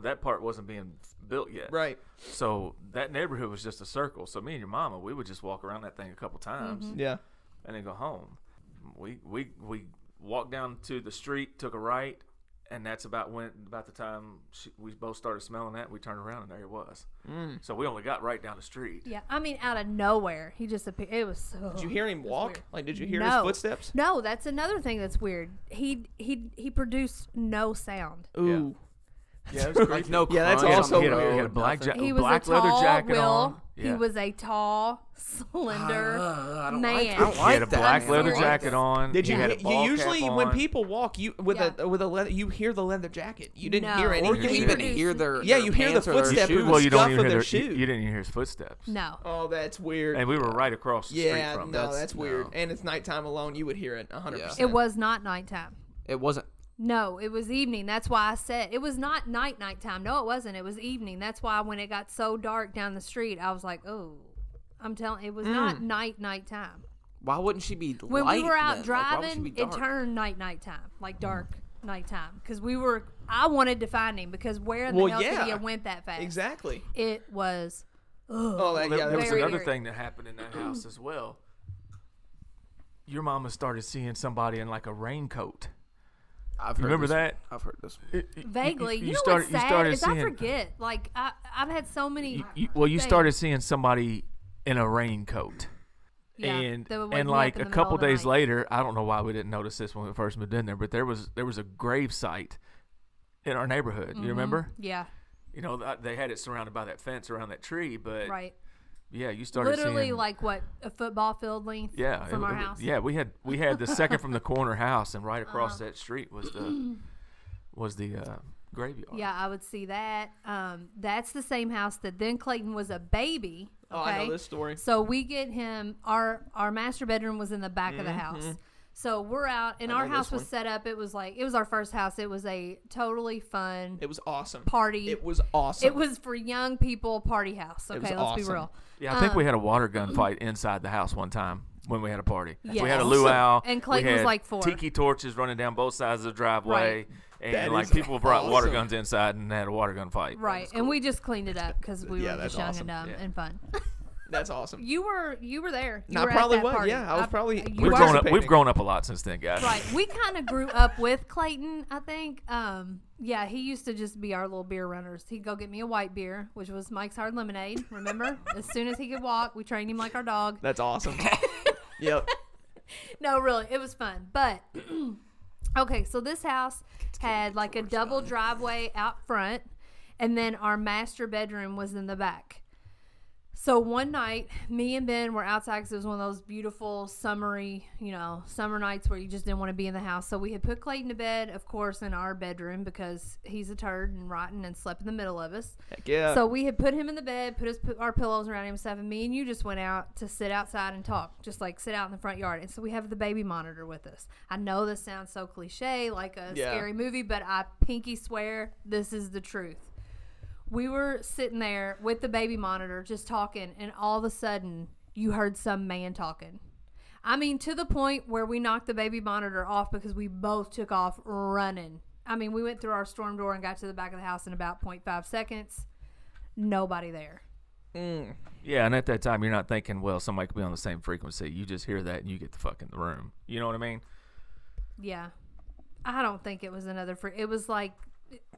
S3: that part wasn't being built yet.
S1: Right.
S3: So that neighborhood was just a circle. So me and your mama, we would just walk around that thing a couple times
S1: Yeah.
S3: and then go home. We we we walked down to the street, took a right, and that's about when about the time she, we both started smelling that. We turned around and there it was. Mm. So we only got right down the street.
S2: Yeah, I mean, out of nowhere, he just appeared. It was so.
S1: Did you hear him walk? Like, did you hear
S2: no.
S1: his footsteps?
S2: No, that's another thing that's weird. He he he produced no sound.
S1: Ooh.
S3: Yeah, it was
S4: Like no
S1: Yeah, that's
S4: crunch,
S1: also
S3: he had a,
S1: weird.
S3: he had a black, ja-
S2: He was a
S3: black leather
S2: tall
S3: jacket
S2: Will.
S3: on. Yeah.
S2: He was a tall, slender
S4: Uh, I don't
S2: man.
S4: like. I don't
S3: He
S4: like
S3: had a
S4: that.
S3: black
S2: I'm
S3: leather
S2: serious.
S3: jacket on.
S1: Did you?
S3: He had a
S1: he-
S3: ball
S1: you usually
S3: cap
S1: when
S3: on.
S1: people walk, you with
S2: Yeah.
S1: a with a leather, you hear the leather jacket. You didn't
S2: No.
S1: hear
S2: Or
S1: any.
S4: Or
S1: of
S4: you
S1: your
S2: Introduce-
S4: even
S1: shit.
S4: hear their
S1: Yeah, you hear the
S4: their pants or their
S1: footsteps.
S3: You-
S1: Dude,
S4: shoes.
S3: well, you don't
S1: scuff
S3: even
S1: of
S3: hear
S1: their
S3: their, you,
S1: shoe.
S3: you didn't hear his footsteps.
S2: No.
S1: Oh, that's weird.
S3: And we were right across the
S1: yeah,
S3: street from.
S1: no,
S3: him.
S1: that's,
S4: That's-
S1: weird.
S4: no.
S1: And it's nighttime alone. You would hear it 100.
S4: Yeah.
S1: percent
S2: It was not nighttime.
S4: It wasn't.
S2: No, it was evening. That's why I said it was not night nighttime. No, it wasn't. It was evening. That's why when it got so dark down the street, I was like, "Oh, I'm telling it was not night nighttime."
S4: Why wouldn't she be
S2: When
S4: Mm. light
S2: we were out
S4: then? Like, why would she
S2: driving,
S4: be
S2: it
S4: dark? Mm.
S2: turned night nighttime, like dark nighttime, because we were. I wanted to find him because where the
S1: Well,
S2: hell could he
S1: yeah.
S2: have went that fast?
S1: Exactly.
S2: It was
S1: Oh, that,
S3: There,
S1: yeah, that
S3: there
S1: was
S3: was
S2: very
S3: another
S2: eerie.
S3: thing that happened in that house as well. Your mama started seeing somebody in like a raincoat.
S4: I've heard
S3: Remember
S4: this-
S3: that?
S4: I've heard this. one.
S2: vaguely. You, know
S3: started-
S2: what's sad
S3: started
S2: is I
S3: seeing-
S2: forget. Like I, I've had so many.
S3: you- you- well, you
S2: things.
S3: started seeing somebody in a raincoat.
S2: Yeah,
S3: and
S2: that would wake
S3: and
S2: me up
S3: like
S2: in
S3: a
S2: the middle
S3: couple
S2: of the
S3: days
S2: night.
S3: later, I don't know why we didn't notice this when we first moved in there, but there was there was a grave site in our neighborhood.
S2: Mm-hmm.
S3: You remember?
S2: Yeah.
S3: You know, th- they had it surrounded by that fence around that tree, but
S2: Right.
S3: yeah, you started
S2: Literally
S3: seeing,
S2: like what a football field length.
S3: yeah it
S2: From
S3: w-
S2: our
S3: it w-
S2: house.
S3: Yeah, we had we had the second from the corner house, and right across
S2: Uh-huh.
S3: that street was the was the uh, graveyard.
S2: Yeah, I would see that. Um, that's the same house that then Clayton was a baby.
S1: Oh, I
S2: okay?
S1: know this story.
S2: So we get him our our master bedroom was in the back of
S3: Mm-hmm.
S2: the house. So we're out and our
S1: know this
S2: house was
S1: one.
S2: set up. It was like it was our first house. It was a totally fun
S1: It was awesome.
S2: party.
S1: It was awesome.
S2: it was for young people party house. Okay,
S1: was
S2: let's be
S1: awesome.
S2: real.
S3: Yeah, I think
S2: Um,
S3: we had a water gun fight inside the house one time when we had a party. We had a
S2: awesome.
S3: luau.
S2: And
S3: we
S2: Clayton was
S3: had
S2: like four.
S3: Tiki torches running down both sides of the driveway.
S2: Right.
S3: And
S1: That
S3: like
S1: is
S3: people brought water
S1: awesome.
S3: guns inside and had a water gun fight.
S2: Right. And we just cleaned it up because we
S1: Yeah,
S2: were
S1: that's
S2: just
S1: awesome.
S2: young and dumb
S3: Yeah.
S2: and fun.
S1: That's awesome.
S2: You were you were there. You
S1: I
S2: were at
S1: probably
S2: that
S1: was.
S2: party.
S1: Yeah, I was probably-
S2: you
S1: We
S3: We've
S1: were
S2: were-
S3: grown up
S1: participating.
S3: we've grown up a lot since then, guys.
S2: Right. We kind of grew up with Clayton, I think. Um, yeah, he used to just be our little beer runners. He'd go get me a white beer, which was Mike's Hard Lemonade. Remember? as soon as he could walk, we trained him like our dog.
S1: That's awesome. yep.
S2: No, really, it was fun. But okay, so this house had like a double driveway out front, and then our master bedroom was in the back. So one night, me and Ben were outside because it was one of those beautiful summery, you know, summer nights where you just didn't want to be in the house. So we had put Clayton to bed, of course, in our bedroom because he's a turd and rotten and slept in the middle of us.
S1: Heck yeah.
S2: So we had put him in the bed, put his our pillows around him and stuff, and me and you just went out to sit outside and talk, just like sit out in the front yard. And so we have the baby monitor with us. I know this sounds so cliche, like a
S1: Yeah.
S2: scary movie, but I pinky swear this is the truth. We were sitting there with the baby monitor, just talking, and all of a sudden you heard some man talking. I mean, to the point where we knocked the baby monitor off because we both took off running. I mean, we went through our storm door and got to the back of the house in about 0.5 seconds. Nobody there.
S3: Yeah, and at that time you're not thinking, well, somebody could be on the same frequency. You just hear that and you get the fuck in the room. You know what I mean?
S2: Yeah. I don't think it was another free. It was like,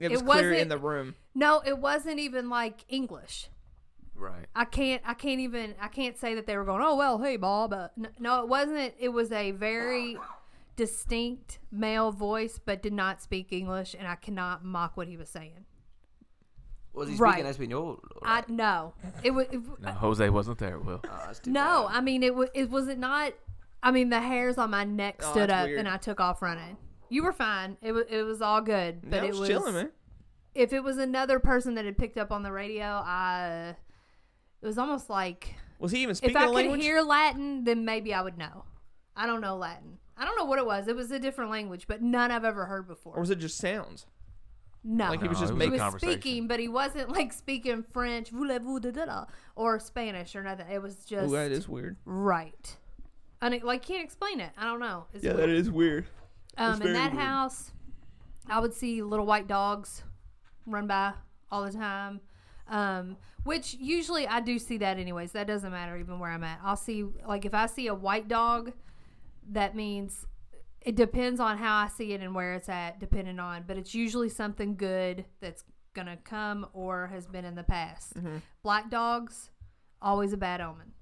S1: it was
S2: it
S1: clear in
S2: wasn't-
S1: the room.
S2: no, it wasn't even like English.
S3: Right.
S2: I can't, I can't even, I can't say that they were going, oh, well, hey, Bob. Uh, n- no, it wasn't. It was a very distinct male voice, but did not speak English, and I cannot mock what he was saying.
S4: Was he
S2: Right.
S4: speaking Espanol?
S2: I no, it was it,
S3: No, Jose wasn't there, Will.
S4: Uh, that's too
S2: no. I mean, it was it was it not. I mean, the hairs on my neck
S1: Oh,
S2: stood
S1: that's
S2: up,
S1: weird.
S2: and I took off running. You were fine. It was it was all good, but
S1: yeah,
S2: it was
S1: chilling, man.
S2: if it was another person that had picked up on the radio, I it was almost like
S1: Was he even speaking
S2: if
S1: the
S2: I could
S1: language?
S2: hear Latin, then maybe I would know. I don't know Latin. I don't know what it was. It was a different language, but none I've ever heard before.
S1: or was it just sounds?
S2: no,
S1: Like he was
S3: No,
S1: just
S3: it was a
S1: making.
S2: he was
S3: conversation.
S2: speaking, but he wasn't like speaking French, voulez-vous, da, da, da, or Spanish or nothing. It was
S1: Oh,
S2: just
S1: that is weird.
S2: right. And it, like can't explain it. I don't know. It's
S1: Yeah,
S2: weird.
S1: that is weird.
S2: um, in
S1: very
S2: that
S1: weird.
S2: house, I would see little white dogs run by all the time. Um, which usually I do see that anyways. That doesn't matter even where I'm at. I'll see like if I see a white dog, that means it depends on how I see it and where it's at, depending on. But it's usually something good that's gonna come or has been in the past.
S1: Mm-hmm.
S2: Black dogs, always a bad omen.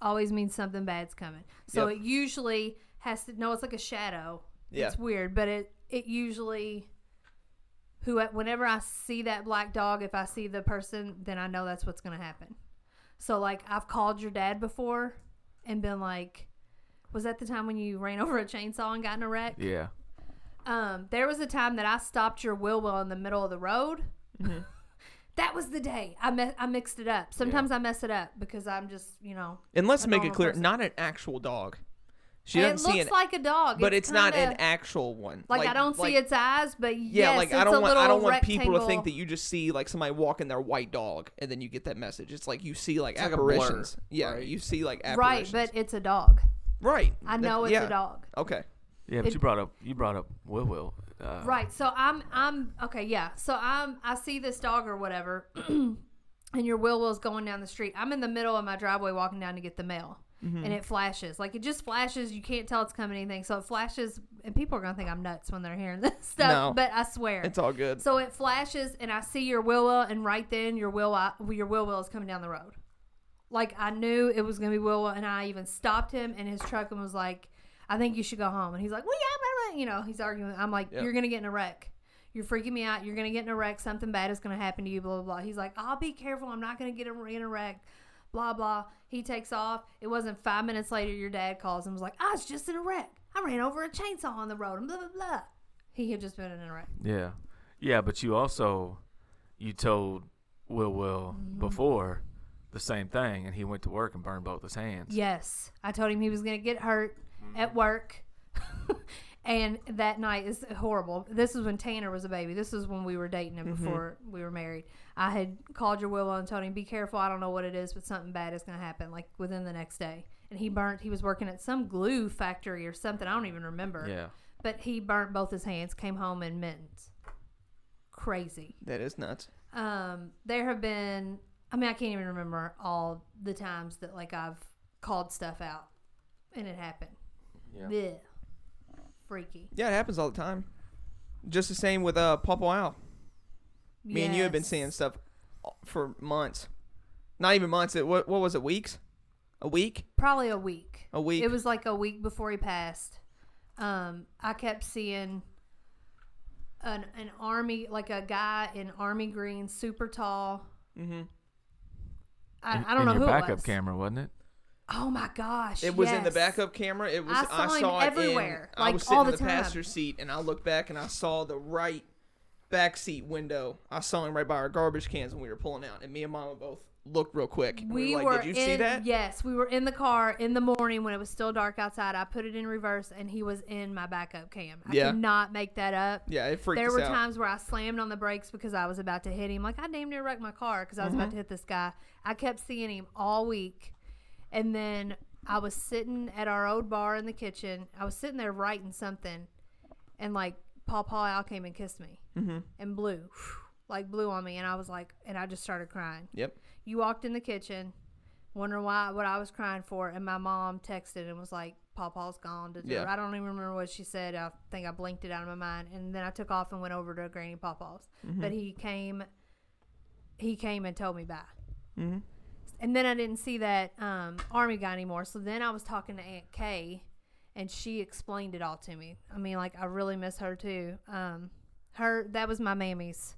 S2: Always means something bad's coming. So
S1: Yep.
S2: it usually has to. No, it's like a shadow.
S1: Yeah.
S2: It's weird, but it it usually. Who, whenever I see that black dog, if I see the person, then I know that's what's going to happen. So like I've called your dad before and been like, was that the time when you ran over a chainsaw and got in a wreck?
S3: Yeah.
S2: Um, there was a time that I stopped your wheel well in the middle of the road.
S1: Mm-hmm.
S2: that was the day I me- I mixed it up. Sometimes I mess it up because I'm just you know.
S1: And let's
S2: A
S1: make it
S2: normal
S1: clear,
S2: person.
S1: not an actual dog. She
S2: And
S1: doesn't
S2: it
S1: see
S2: looks
S1: an,
S2: like a dog,
S1: but it's, not an
S2: kinda-
S1: actual one.
S2: Like, I don't
S1: like-
S2: see its eyes, but
S1: Yeah,
S2: yes,
S1: like
S2: it's
S1: I
S2: a
S1: don't want
S2: little
S1: I don't want
S2: rectangle.
S1: people to think that you just see like somebody walking their white dog and then you get that message. It's like you see like
S4: like a blur,
S1: apparitions. yeah,
S4: right?
S1: you see like
S2: right,
S1: apparitions.
S2: but it's a dog.
S1: right.
S2: I
S1: That-
S2: know it's
S1: yeah.
S2: a dog.
S1: Okay.
S3: Yeah, but
S2: It-
S3: you brought up you brought up Will Will. Uh,
S2: Right. So I'm I'm okay, yeah. So I'm I see this dog or whatever and your will will's going down the street. I'm in the middle of my driveway walking down to get the mail.
S1: Mm-hmm.
S2: And it flashes. Like it just flashes. You can't tell it's coming anything. So it flashes and people are gonna think I'm nuts when they're hearing this stuff.
S1: No.
S2: but I swear.
S1: It's all good.
S2: so it flashes and I see your will will and right then your will I, your will will is coming down the road. Like I knew it was gonna be will will and I even stopped him in his truck and was like, I think you should go home. And he's like, well, yeah, blah, blah," you know, he's arguing. I'm like,
S1: Yeah.
S2: you're going to get in a wreck. You're freaking me out. You're going to get in a wreck. Something bad is going to happen to you, blah, blah, blah. He's like, I'll be careful. I'm not going to get in in a wreck, blah, blah. He takes off. It wasn't five minutes later, your dad calls and was like, I was just in a wreck. I ran over a chainsaw on the road and blah, blah, blah. He had just been in a wreck.
S3: Yeah. Yeah, but you also you told Will Will
S2: Mm-hmm.
S3: before the same thing and he went to work and burned both his hands.
S2: Yes. I told him he was going to get hurt at work. and that night is horrible. This is when Tanner was a baby. This is when we were dating him before we were married. I had called your Willow and told him, be careful. I don't know what it is, but something bad is going to happen like within the next day. And he burnt, he was working at some glue factory or something. I don't even remember.
S3: Yeah.
S2: But he burnt both his hands, came home in mittens. Crazy.
S1: That is nuts.
S2: Um, there have been, I mean, I can't even remember all the times that like I've called stuff out and it happened.
S3: Yeah.
S2: Blech. Freaky.
S1: Yeah, it happens all the time. Just the same with uh Papa Wow. Me and you have been
S2: Yes.
S1: seeing stuff uh, for months. Not even months. It what what was it? Weeks? A week?
S2: probably a week.
S1: A week.
S2: It was like a week before he passed. Um, I kept seeing an an army like a guy in army green, super tall. Mm-hmm.
S3: And-
S2: I, I don't know
S3: and
S2: who
S3: your
S2: it
S3: backup
S2: was.
S3: camera, wasn't it?
S2: Oh my gosh!
S1: It was in the
S2: yes.
S1: backup camera. It was
S2: I
S1: I
S2: saw
S1: saw,
S2: him
S1: it in-
S2: everywhere,
S1: I
S2: like,
S1: was sitting
S2: all
S1: in
S2: the
S1: the
S2: time.
S1: passenger seat, and I looked back and I saw the right back seat window. I saw him right by our garbage cans when we were pulling out, and me and Mama both looked real quick. And
S2: We
S1: were like,
S2: were
S1: "Did you
S2: in,
S1: see that?"
S2: Yes, we were in the car in the morning when it was still dark outside. I put it in reverse, and he was in my backup cam. I
S1: Yeah.
S2: could not make that up.
S1: Yeah, it freaked
S2: there
S1: us
S2: were
S1: out.
S2: times where I slammed on the brakes because I was about to hit him. Like I damn near wrecked my car because I was
S1: Mm-hmm.
S2: about to hit this guy. I kept seeing him all week, and then I was sitting at our old bar in the kitchen. I was sitting there writing something, and like Paul Paul Al came and kissed me
S1: Mm-hmm.
S2: and blew, like blew on me, and I was like, and I just started crying.
S1: Yep.
S2: You walked in the kitchen, wondering why what I was crying for, and my mom texted and was like, "Paw Paw's gone." Da-da.
S1: Yeah.
S2: I don't even remember what she said. I think I blinked it out of my mind, and then I took off and went over to Granny Paw Paw's. But he came, he came and told me bye. And then I didn't see that um, army guy anymore. So then I was talking to Aunt Kay, and she explained it all to me. I mean, like I really miss her too. Um, her that was my mammy's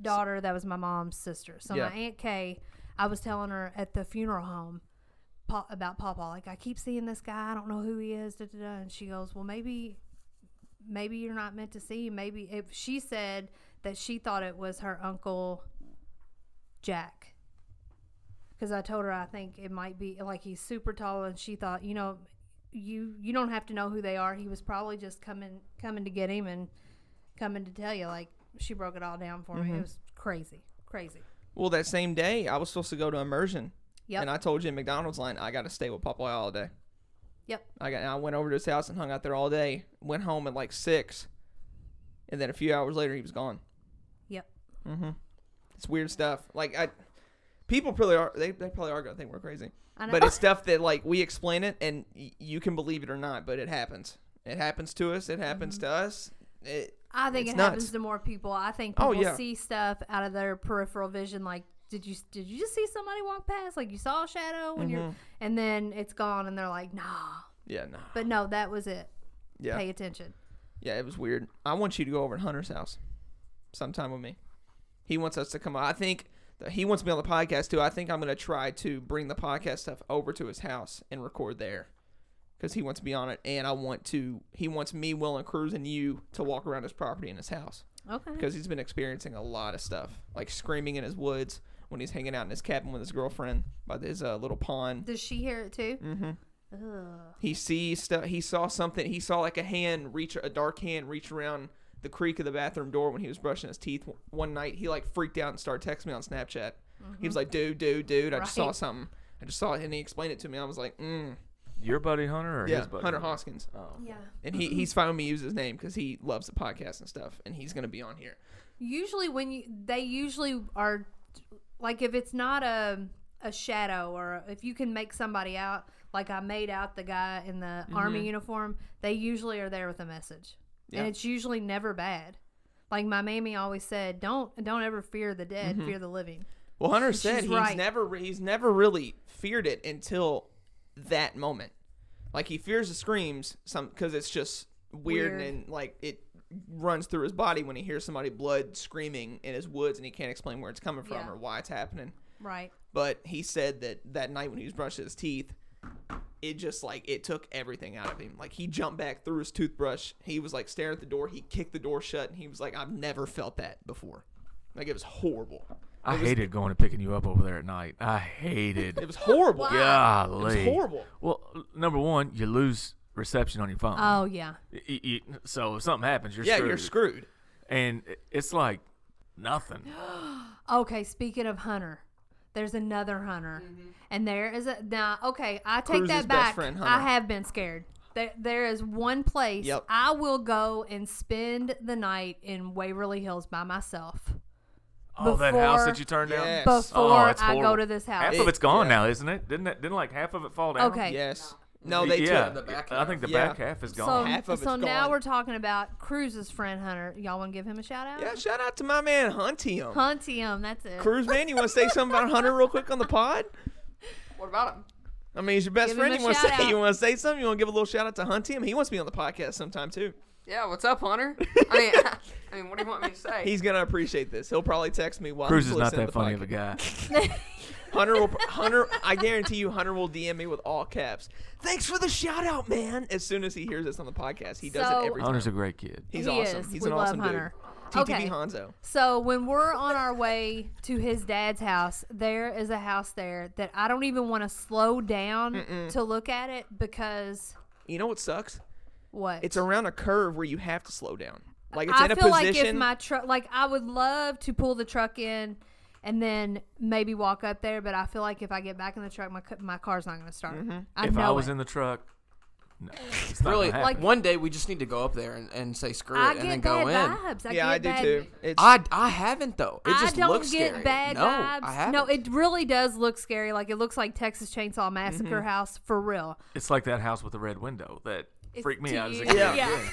S2: daughter. That was my mom's sister. So
S1: Yeah.
S2: my Aunt Kay, I was telling her at the funeral home pa- about Papa. Like I keep seeing this guy. I don't know who he is. Da, da, da. And she goes, well, maybe, maybe you're not meant to see. him. Maybe if she said that she thought it was her uncle Jack because I told her I think it might be like he's super tall, and she thought, you know, you you don't have to know who they are. He was probably just coming coming to get him and coming to tell you. Like she broke it all down for
S1: Mm-hmm.
S2: me. It was crazy, crazy.
S1: Well, that same day, I was supposed to go to immersion,
S2: Yep,
S1: and I told you in McDonald's line, I got to stay with Papa all day.
S2: yep.
S1: I got. I went over to his house and hung out there all day. Went home at like six, and then a few hours later, he was gone. Mm-hmm.
S2: Yep.
S1: It's weird stuff. Like I, people probably are. They, they probably are gonna think we're crazy.
S2: I know.
S1: But it's stuff that like we explain it, and y- you can believe it or not, but it happens. It happens to us. It happens
S2: Mm-hmm.
S1: to us. It,
S2: I think
S1: it's
S2: it
S1: nuts.
S2: happens to more people. I think people
S1: Oh, yeah.
S2: see stuff out of their peripheral vision. Like, did you did you just see somebody walk past? Like you saw a shadow, when
S1: Mm-hmm.
S2: you're, and then it's gone, and they're like, nah.
S1: yeah, no.
S2: But no, that was it.
S1: Yeah,
S2: Pay attention.
S1: yeah. It was weird. I want you to go over to Hunter's house sometime with me. He wants us to come. I think that he wants me on the podcast too. I think I'm gonna try to bring the podcast stuff over to his house and record there because he wants to be on it, and I want to. He wants me, Will, and Cruz, and you to walk around his property in his house
S2: Okay.
S1: because he's been experiencing a lot of stuff, like screaming in his woods when he's hanging out in his cabin with his girlfriend by his uh, little pond.
S2: Does she hear it too? Mm-hmm.
S1: He sees stuff. He saw something. He saw like a hand reach, a dark hand reach around the creak of the bathroom door when he was brushing his teeth w- one night. He like freaked out and started texting me on Snapchat. He
S3: Mm-hmm.
S1: was like, "Dude, dude, dude, I just saw
S2: Right.
S1: something. I just saw it," and he explained it to me. I was like, "Mm,
S3: Your buddy Hunter or
S1: yeah,
S3: his buddy?
S1: Hunter Hoskins."
S3: Oh.
S2: Yeah.
S1: And he he's finally me use his name because he loves the podcast and stuff, and he's gonna be on here.
S2: Usually, when you they usually are like if it's not a a shadow or if you can make somebody out, like I made out the guy in the army uniform, they usually are there with a message,
S1: Yeah.
S2: and it's usually never bad. Like my mammy always said, don't don't ever fear the dead, fear the living.
S1: Well, Hunter said he's
S2: right.
S1: never re- he's never really feared it until that moment. Like he fears the screams some because it's just weird,
S2: Weird.
S1: and like it runs through his body when he hears somebody blood screaming in his woods and he can't explain where it's coming from
S2: Yeah.
S1: or why it's happening.
S2: Right.
S1: But he said that that night when he was brushing his teeth, it just like it took everything out of him. Like he jumped back, threw his toothbrush. He was like staring at the door. He kicked the door shut, and he was like, "I've never felt that before." Like it was horrible.
S3: I hated going and picking you up over there at night. I hated.
S1: It was horrible.
S3: Golly.
S1: It was horrible.
S3: Well, l- number one, you lose reception on your phone.
S2: Oh yeah.
S3: Y- y- y- so if something happens, you're
S1: Yeah,
S3: screwed.
S1: you're screwed.
S3: And i- it's like nothing.
S2: Okay, speaking of Hunter, there's another Hunter, and there is a now. Okay, I take
S1: Mm-hmm. Cruz's best
S2: that back.
S1: friend,
S2: I
S1: Hunter.
S2: have been scared. There, there is one place
S1: Yep.
S2: I will go and spend the night in Waverly Hills by myself
S3: Oh, that house that
S2: Before-
S3: you turned down.
S1: Yes.
S2: before
S3: Oh, it's
S2: I go
S3: horrible.
S2: to this house.
S3: Half of it's gone
S1: Yeah.
S3: now, isn't it? Didn't it, didn't like half of it fall down?
S2: Okay.
S1: Yes. No, they
S3: yeah.
S1: took.
S4: the back
S3: I think the
S1: half.
S3: back half is
S2: so
S3: gone.
S1: Half of
S2: so
S1: it's
S2: now
S1: gone.
S2: we're talking about Cruz's friend Hunter. Y'all want to give him a shout out?
S1: Yeah, shout out to my man Huntium.
S2: Huntium, that's it.
S1: Cruz man, you want to say something about Hunter real quick on the pod?
S5: What about him?
S1: I mean, he's your best
S2: Give him
S1: friend.
S2: a
S1: You want to say
S2: shout out.
S1: you want to say something? You want to give a little shout out to Huntium? He wants to be on the podcast sometime too.
S5: Yeah, what's up, Hunter? I mean, I mean, what do you want me to say?
S1: He's gonna appreciate this. He'll probably text me while
S3: Cruz
S1: he's
S3: is not
S1: listening to
S3: that
S1: the
S3: funny of a
S1: podcast.
S3: guy.
S1: Hunter will Hunter. I guarantee you, Hunter will DM me with all caps. Thanks for the shout out, man. As soon as he hears this on the podcast, he does
S2: So-
S1: it every time.
S3: Hunter's a great kid.
S1: He's
S2: He
S1: awesome.
S2: is.
S1: He's
S2: We
S1: an
S2: love
S1: awesome
S2: Hunter.
S1: dude. TTV
S2: Okay.
S1: Hanzo.
S2: So when we're on our way to his dad's house, there is a house there that I don't even want to slow down to look at it because
S1: You know what sucks?
S2: what?
S1: It's around a curve where you have to slow down. Like it's
S2: I
S1: in a
S2: feel like if
S1: position.
S2: my truck, like I would love to pull the truck in and then maybe walk up there, but I feel like if I get back in the truck, my ca- my car's not going to start.
S1: Mm-hmm.
S2: I
S3: if
S2: know
S3: I was
S2: it.
S3: in the truck, no, it's not
S4: Really,
S3: gonna
S4: like
S3: happen.
S4: one day we just need to go up there and, and say screw it
S2: I
S4: and
S2: get
S4: then
S2: bad
S4: go in.
S2: vibes. I
S1: yeah, I
S2: get
S1: do
S2: bad-
S1: too. It's
S4: I, I haven't though. It just
S2: I don't
S4: looks
S2: get
S4: scary.
S2: bad
S4: no,
S2: vibes.
S4: I haven't.
S2: no, it really does look scary. Like it looks like Texas Chainsaw Massacre
S4: Mm-hmm.
S2: house for real.
S3: it's like that house with the red window that freaked me
S2: to
S3: out as a
S2: you.
S3: kid.
S1: Yeah.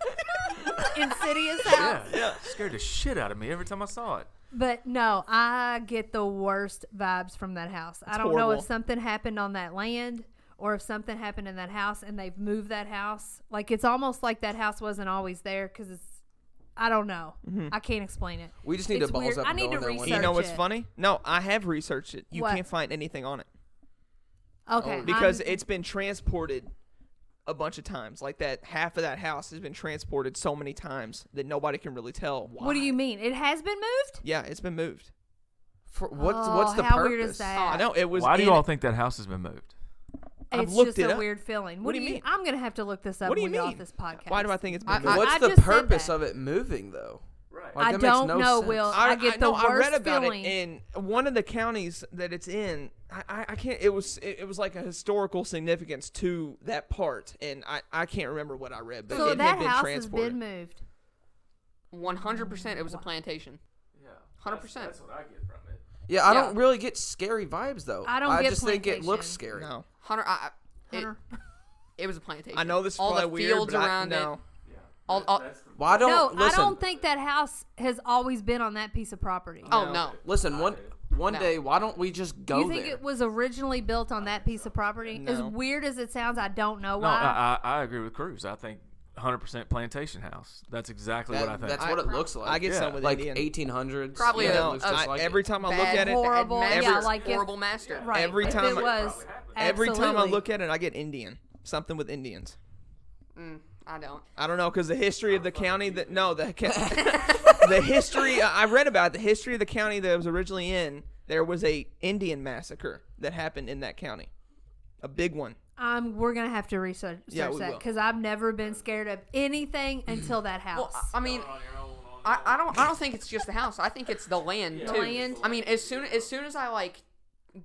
S2: Insidious house.
S3: Yeah. yeah. Scared the shit out of me every time I saw it.
S2: But no, I get the worst vibes from that house. I don't know
S1: horrible.
S2: if something happened on that land or if something happened in that house and they've moved that house. Like it's almost like that house wasn't always there because it's. I don't know.
S1: Mm-hmm.
S2: I can't explain it.
S4: We just need
S2: It's
S4: to balls
S2: weird.
S4: up
S2: I
S4: and
S2: need
S4: go
S2: to
S4: in there one
S2: research
S4: day.
S1: you know what's
S2: it.
S1: funny? No, I have researched it. You
S2: What?
S1: can't find anything on it
S2: Okay,
S1: Oh, because
S2: I'm-
S1: it's been transported a bunch of times. Like that half of that house has been transported so many times that nobody can really tell why.
S2: What do you mean? It has been moved.
S1: Yeah, it's been moved.
S4: For, what's
S2: Oh,
S4: what's the
S2: how
S4: purpose?
S2: weird is that?
S1: I know it was.
S3: Why do
S1: in-
S3: you all think that house has been moved?
S1: Oh, I've
S2: it's
S1: looked
S2: just
S1: it
S2: a
S1: up.
S2: weird feeling. What,
S1: What
S2: do you? mean? I'm gonna have to look this up
S1: What do you
S2: when we get
S1: mean?
S2: off this podcast.
S1: Why do I think it's been
S2: I-
S1: moved?
S4: But what's
S2: I
S4: the
S2: just said
S4: purpose
S2: that.
S4: of it moving though?
S3: Right.
S4: Like,
S2: I
S4: that makes
S2: don't
S4: no
S2: know,
S4: sense.
S2: Will.
S1: I,
S2: I, get
S1: I-
S2: the
S1: no,
S2: worst
S1: I read about
S2: feeling.
S1: it in one of the counties that it's in. I, I, I can't. It was it, it was like a historical significance to that part, and I, I can't remember what I read, but
S2: so
S1: it
S2: that
S1: had been
S2: house has
S1: transported.
S2: been moved.
S5: 100% it was a plantation.
S3: Yeah.
S5: 100%. that's
S3: what I get from it.
S4: Yeah, I
S5: Yeah.
S4: don't really get scary vibes though.
S2: I don't
S4: I
S2: get
S4: just think it looks
S2: plantation.
S4: scary.
S1: No,
S5: Hunter, I, I- it,
S2: Hunter.
S5: it was a plantation.
S1: I know this is
S5: all
S1: probably
S5: the fields
S1: weird, but
S5: around
S1: I, no.
S5: it. All, all,
S4: Why don't
S2: No,
S4: listen?
S2: I don't think that house has always been on that piece of property.
S5: oh, no.
S4: listen one one
S5: No.
S4: day. Why don't we just go
S2: you think
S4: there?
S2: it was originally built on that piece of property? As
S1: No.
S2: weird as it sounds, I don't know
S3: No,
S2: why.
S3: I, I, I agree with Cruz. I think 100% plantation house. That's exactly
S4: That-
S3: what I think.
S4: that's
S1: I-
S4: what it looks like.
S1: I get
S3: Yeah,
S1: some with
S4: like
S1: Indian.
S4: 1800s.
S5: Probably
S4: yeah,
S1: You
S5: a-
S4: it
S1: know,
S4: looks just
S1: I-
S4: like
S1: every
S4: it.
S1: time I
S5: Bad,
S1: look at it,
S2: horrible.
S5: Master,
S2: yeah, like if-
S5: horrible master.
S2: Right.
S1: Every
S2: if
S1: time
S2: it
S1: I-
S2: was
S1: every time I
S2: absolutely.
S1: look at it, I get Indian. Something with Indians.
S5: I don't.
S1: I don't know because the history of the county that no the ca- the history uh, I I read about the history of the county that I was originally in. There was a Indian massacre that happened in that county, a big one.
S2: Um, we're gonna have to research
S1: Yeah,
S2: search
S1: we
S2: that
S1: will.
S2: because I've never been scared of anything until that house.
S5: Well, I- I mean, I, I don't. I don't think it's just the house. I think it's the land too.
S2: land.
S5: I mean, as soon as soon as I like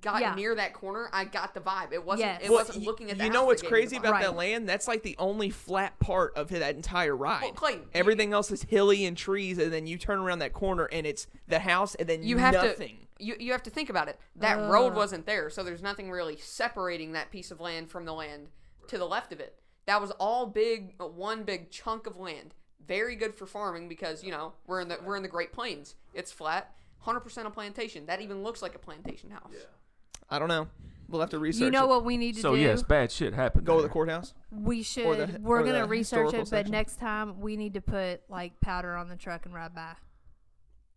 S5: got
S2: Yeah.
S5: near that corner, I got the vibe. It wasn't.
S2: Yes.
S5: It
S2: Well,
S5: wasn't
S1: y-
S5: looking at. The
S1: you
S5: house
S1: know
S5: that
S1: what's
S5: gave me
S1: crazy
S5: the
S1: about
S5: vibe.
S1: that land? That's like the only flat part of that entire ride.
S5: Clayton, you-
S1: Everything else is hilly and trees, and then you turn around that corner and it's the house, and then
S5: You have
S1: nothing.
S5: to. You, you have to think about it. That road wasn't there, so there's nothing really separating that piece of land from the land to the left of it. That was all big, uh, one big chunk of land. Very good for farming because you know we're in the we're in the Great Plains. It's flat, 100% a plantation. That even looks like a plantation house.
S1: I don't know. We'll have to research.
S2: you know
S1: it.
S2: what we need to
S3: so
S2: do?
S3: yes, bad shit happened.
S1: Go to
S3: there.
S1: the courthouse.
S2: we should.
S1: the-
S2: we're
S1: or
S2: gonna
S1: the
S2: research
S1: historical
S2: it, but
S1: section.
S2: next time we need to put like powder on the truck and ride by.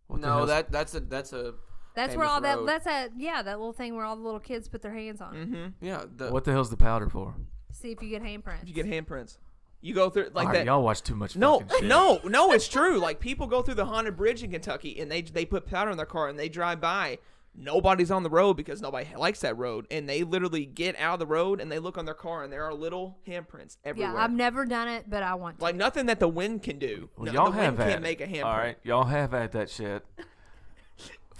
S3: What the
S4: No,
S3: hell's-
S4: that that's a that's a
S2: That's where
S4: Famous
S2: all
S4: road.
S2: that. That's a yeah, that little thing where all the little kids put their hands on. it.
S1: Mm-hmm.
S4: yeah.
S2: uh,
S4: The,
S3: What the hell's the powder for?
S2: See if you get handprints.
S1: You get handprints. You go through like
S3: All
S1: that.
S3: right, y'all watch too much.
S1: No,
S3: fucking shit.
S1: no, no, it's true. Like people go through the haunted bridge in Kentucky and they they put powder in their car and they drive by. Nobody's on the road because nobody likes that road, and they literally get out of the road and they look on their car and there are little handprints everywhere.
S2: yeah, I've never done it, but I want to.
S1: like nothing that the wind can do.
S3: Well,
S1: No-
S3: y'all
S1: the
S3: have
S1: wind
S3: had
S1: can't
S3: it.
S1: make a handprint.
S3: All right, y'all have had that shit.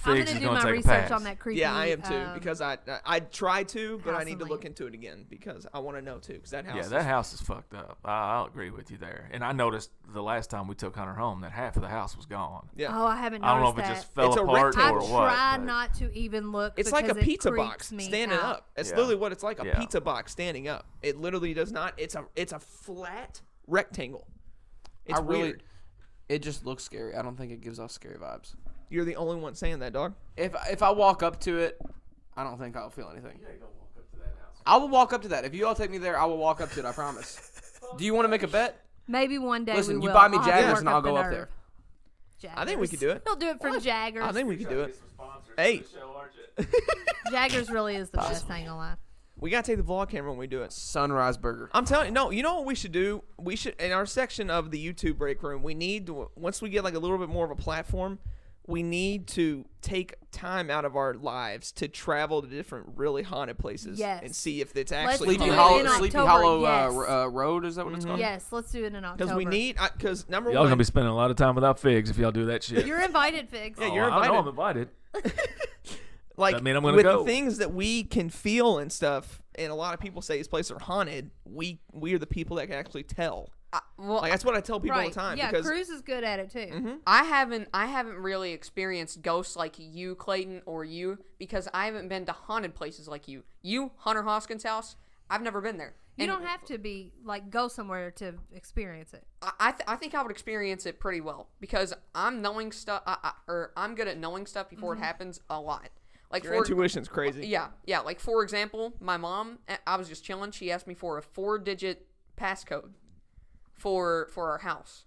S2: I'm
S3: Figs
S2: gonna
S3: is
S2: do
S3: gonna
S2: my
S3: take a
S2: research
S3: pass.
S2: on that creepy.
S1: Yeah, I am too
S2: um,
S1: because I I, I try to, but I
S2: house
S1: need
S2: and
S1: to look
S2: land.
S1: into it again because I want to know too because that house.
S3: Yeah,
S1: is-
S3: that house is fucked up. I, I'll agree with you there. And I noticed the last time we took Hunter home that half of the house was gone.
S1: yeah.
S2: oh, I haven't
S3: I don't know
S2: noticed
S3: if it
S2: that.
S3: just fell
S1: It's a
S3: apart
S1: rectangle.
S2: I
S3: or what.
S2: try
S3: but-
S2: not to even look.
S1: It's like a
S2: because it
S1: pizza
S2: creeps
S1: box
S2: me
S1: standing
S2: out.
S1: up. That's
S3: Yeah.
S1: literally what it's like a
S3: Yeah.
S1: pizza box standing up. It literally does not. It's a it's a flat rectangle. It's
S4: I really,
S1: weird.
S4: it just looks scary. I don't think it gives off scary vibes.
S1: You're the only one saying that, dog.
S4: If if I walk up to it, I don't think I'll feel anything. I will walk up to that. If you all take me there, I will walk up to it. I promise. Do you want to make a bet?
S2: Maybe one day.
S4: Listen,
S2: we
S4: you
S2: will.
S4: buy me
S2: I'll have to
S4: Jaggers
S2: work
S4: and I'll
S2: the
S4: go up
S2: nerve.
S4: there.
S2: Jaggers.
S1: I think we could do it.
S2: He'll do it from Jaggers.
S1: I think we could do it. Hey,
S2: Jaggers really is the best thing alive.
S1: we gotta take the vlog camera when we do it.
S4: Sunrise Burger.
S1: I'm telling you, no. You know what we should do? We should in our section of the YouTube break room. We need to once we get like a little bit more of a platform. We need to take time out of our lives to travel to different really haunted places
S2: Yes.
S1: and see if it's
S2: Let's
S1: actually
S2: do
S4: Sleepy
S1: haunted.
S2: it
S4: Hollow,
S2: in
S4: Sleepy
S2: October,
S4: Hollow
S2: yes. Mm-hmm.
S4: uh, r- uh, Road is that what it's called?
S2: Yes, let's do it in October.
S1: Because we need, because number
S3: Y'all
S1: one,
S3: gonna be spending a lot of time without Figs if y'all do that shit. Oh,
S2: You're invited, Figs.
S1: Yeah, you're
S3: I know
S1: invited.
S3: I'm invited.
S1: like
S3: I mean, I'm gonna
S1: with
S3: go.
S1: the things that we can feel and stuff, and a lot of people say these places are haunted. We we are the people that can actually tell.
S5: I, well,
S1: Like that's what I tell people all
S2: right.
S1: the time
S2: yeah,
S1: because Mm-hmm.
S2: Cruz is good at it too.
S5: I haven't I haven't really experienced ghosts like you, Clayton, or you, because I haven't been to haunted places like you. You, Hunter Hoskins' house, I've never been there.
S2: You
S5: And
S2: don't have to be like go somewhere to experience it.
S5: I I, th- I think I would experience it pretty well because I'm knowing stuff, I, I, or I'm good at knowing stuff before it happens a lot. Like
S1: your
S5: for,
S1: intuition's crazy.
S5: yeah, yeah. Like for example, my mom, eh, I- I was just chilling. She asked me for a four-digit passcode for for our house,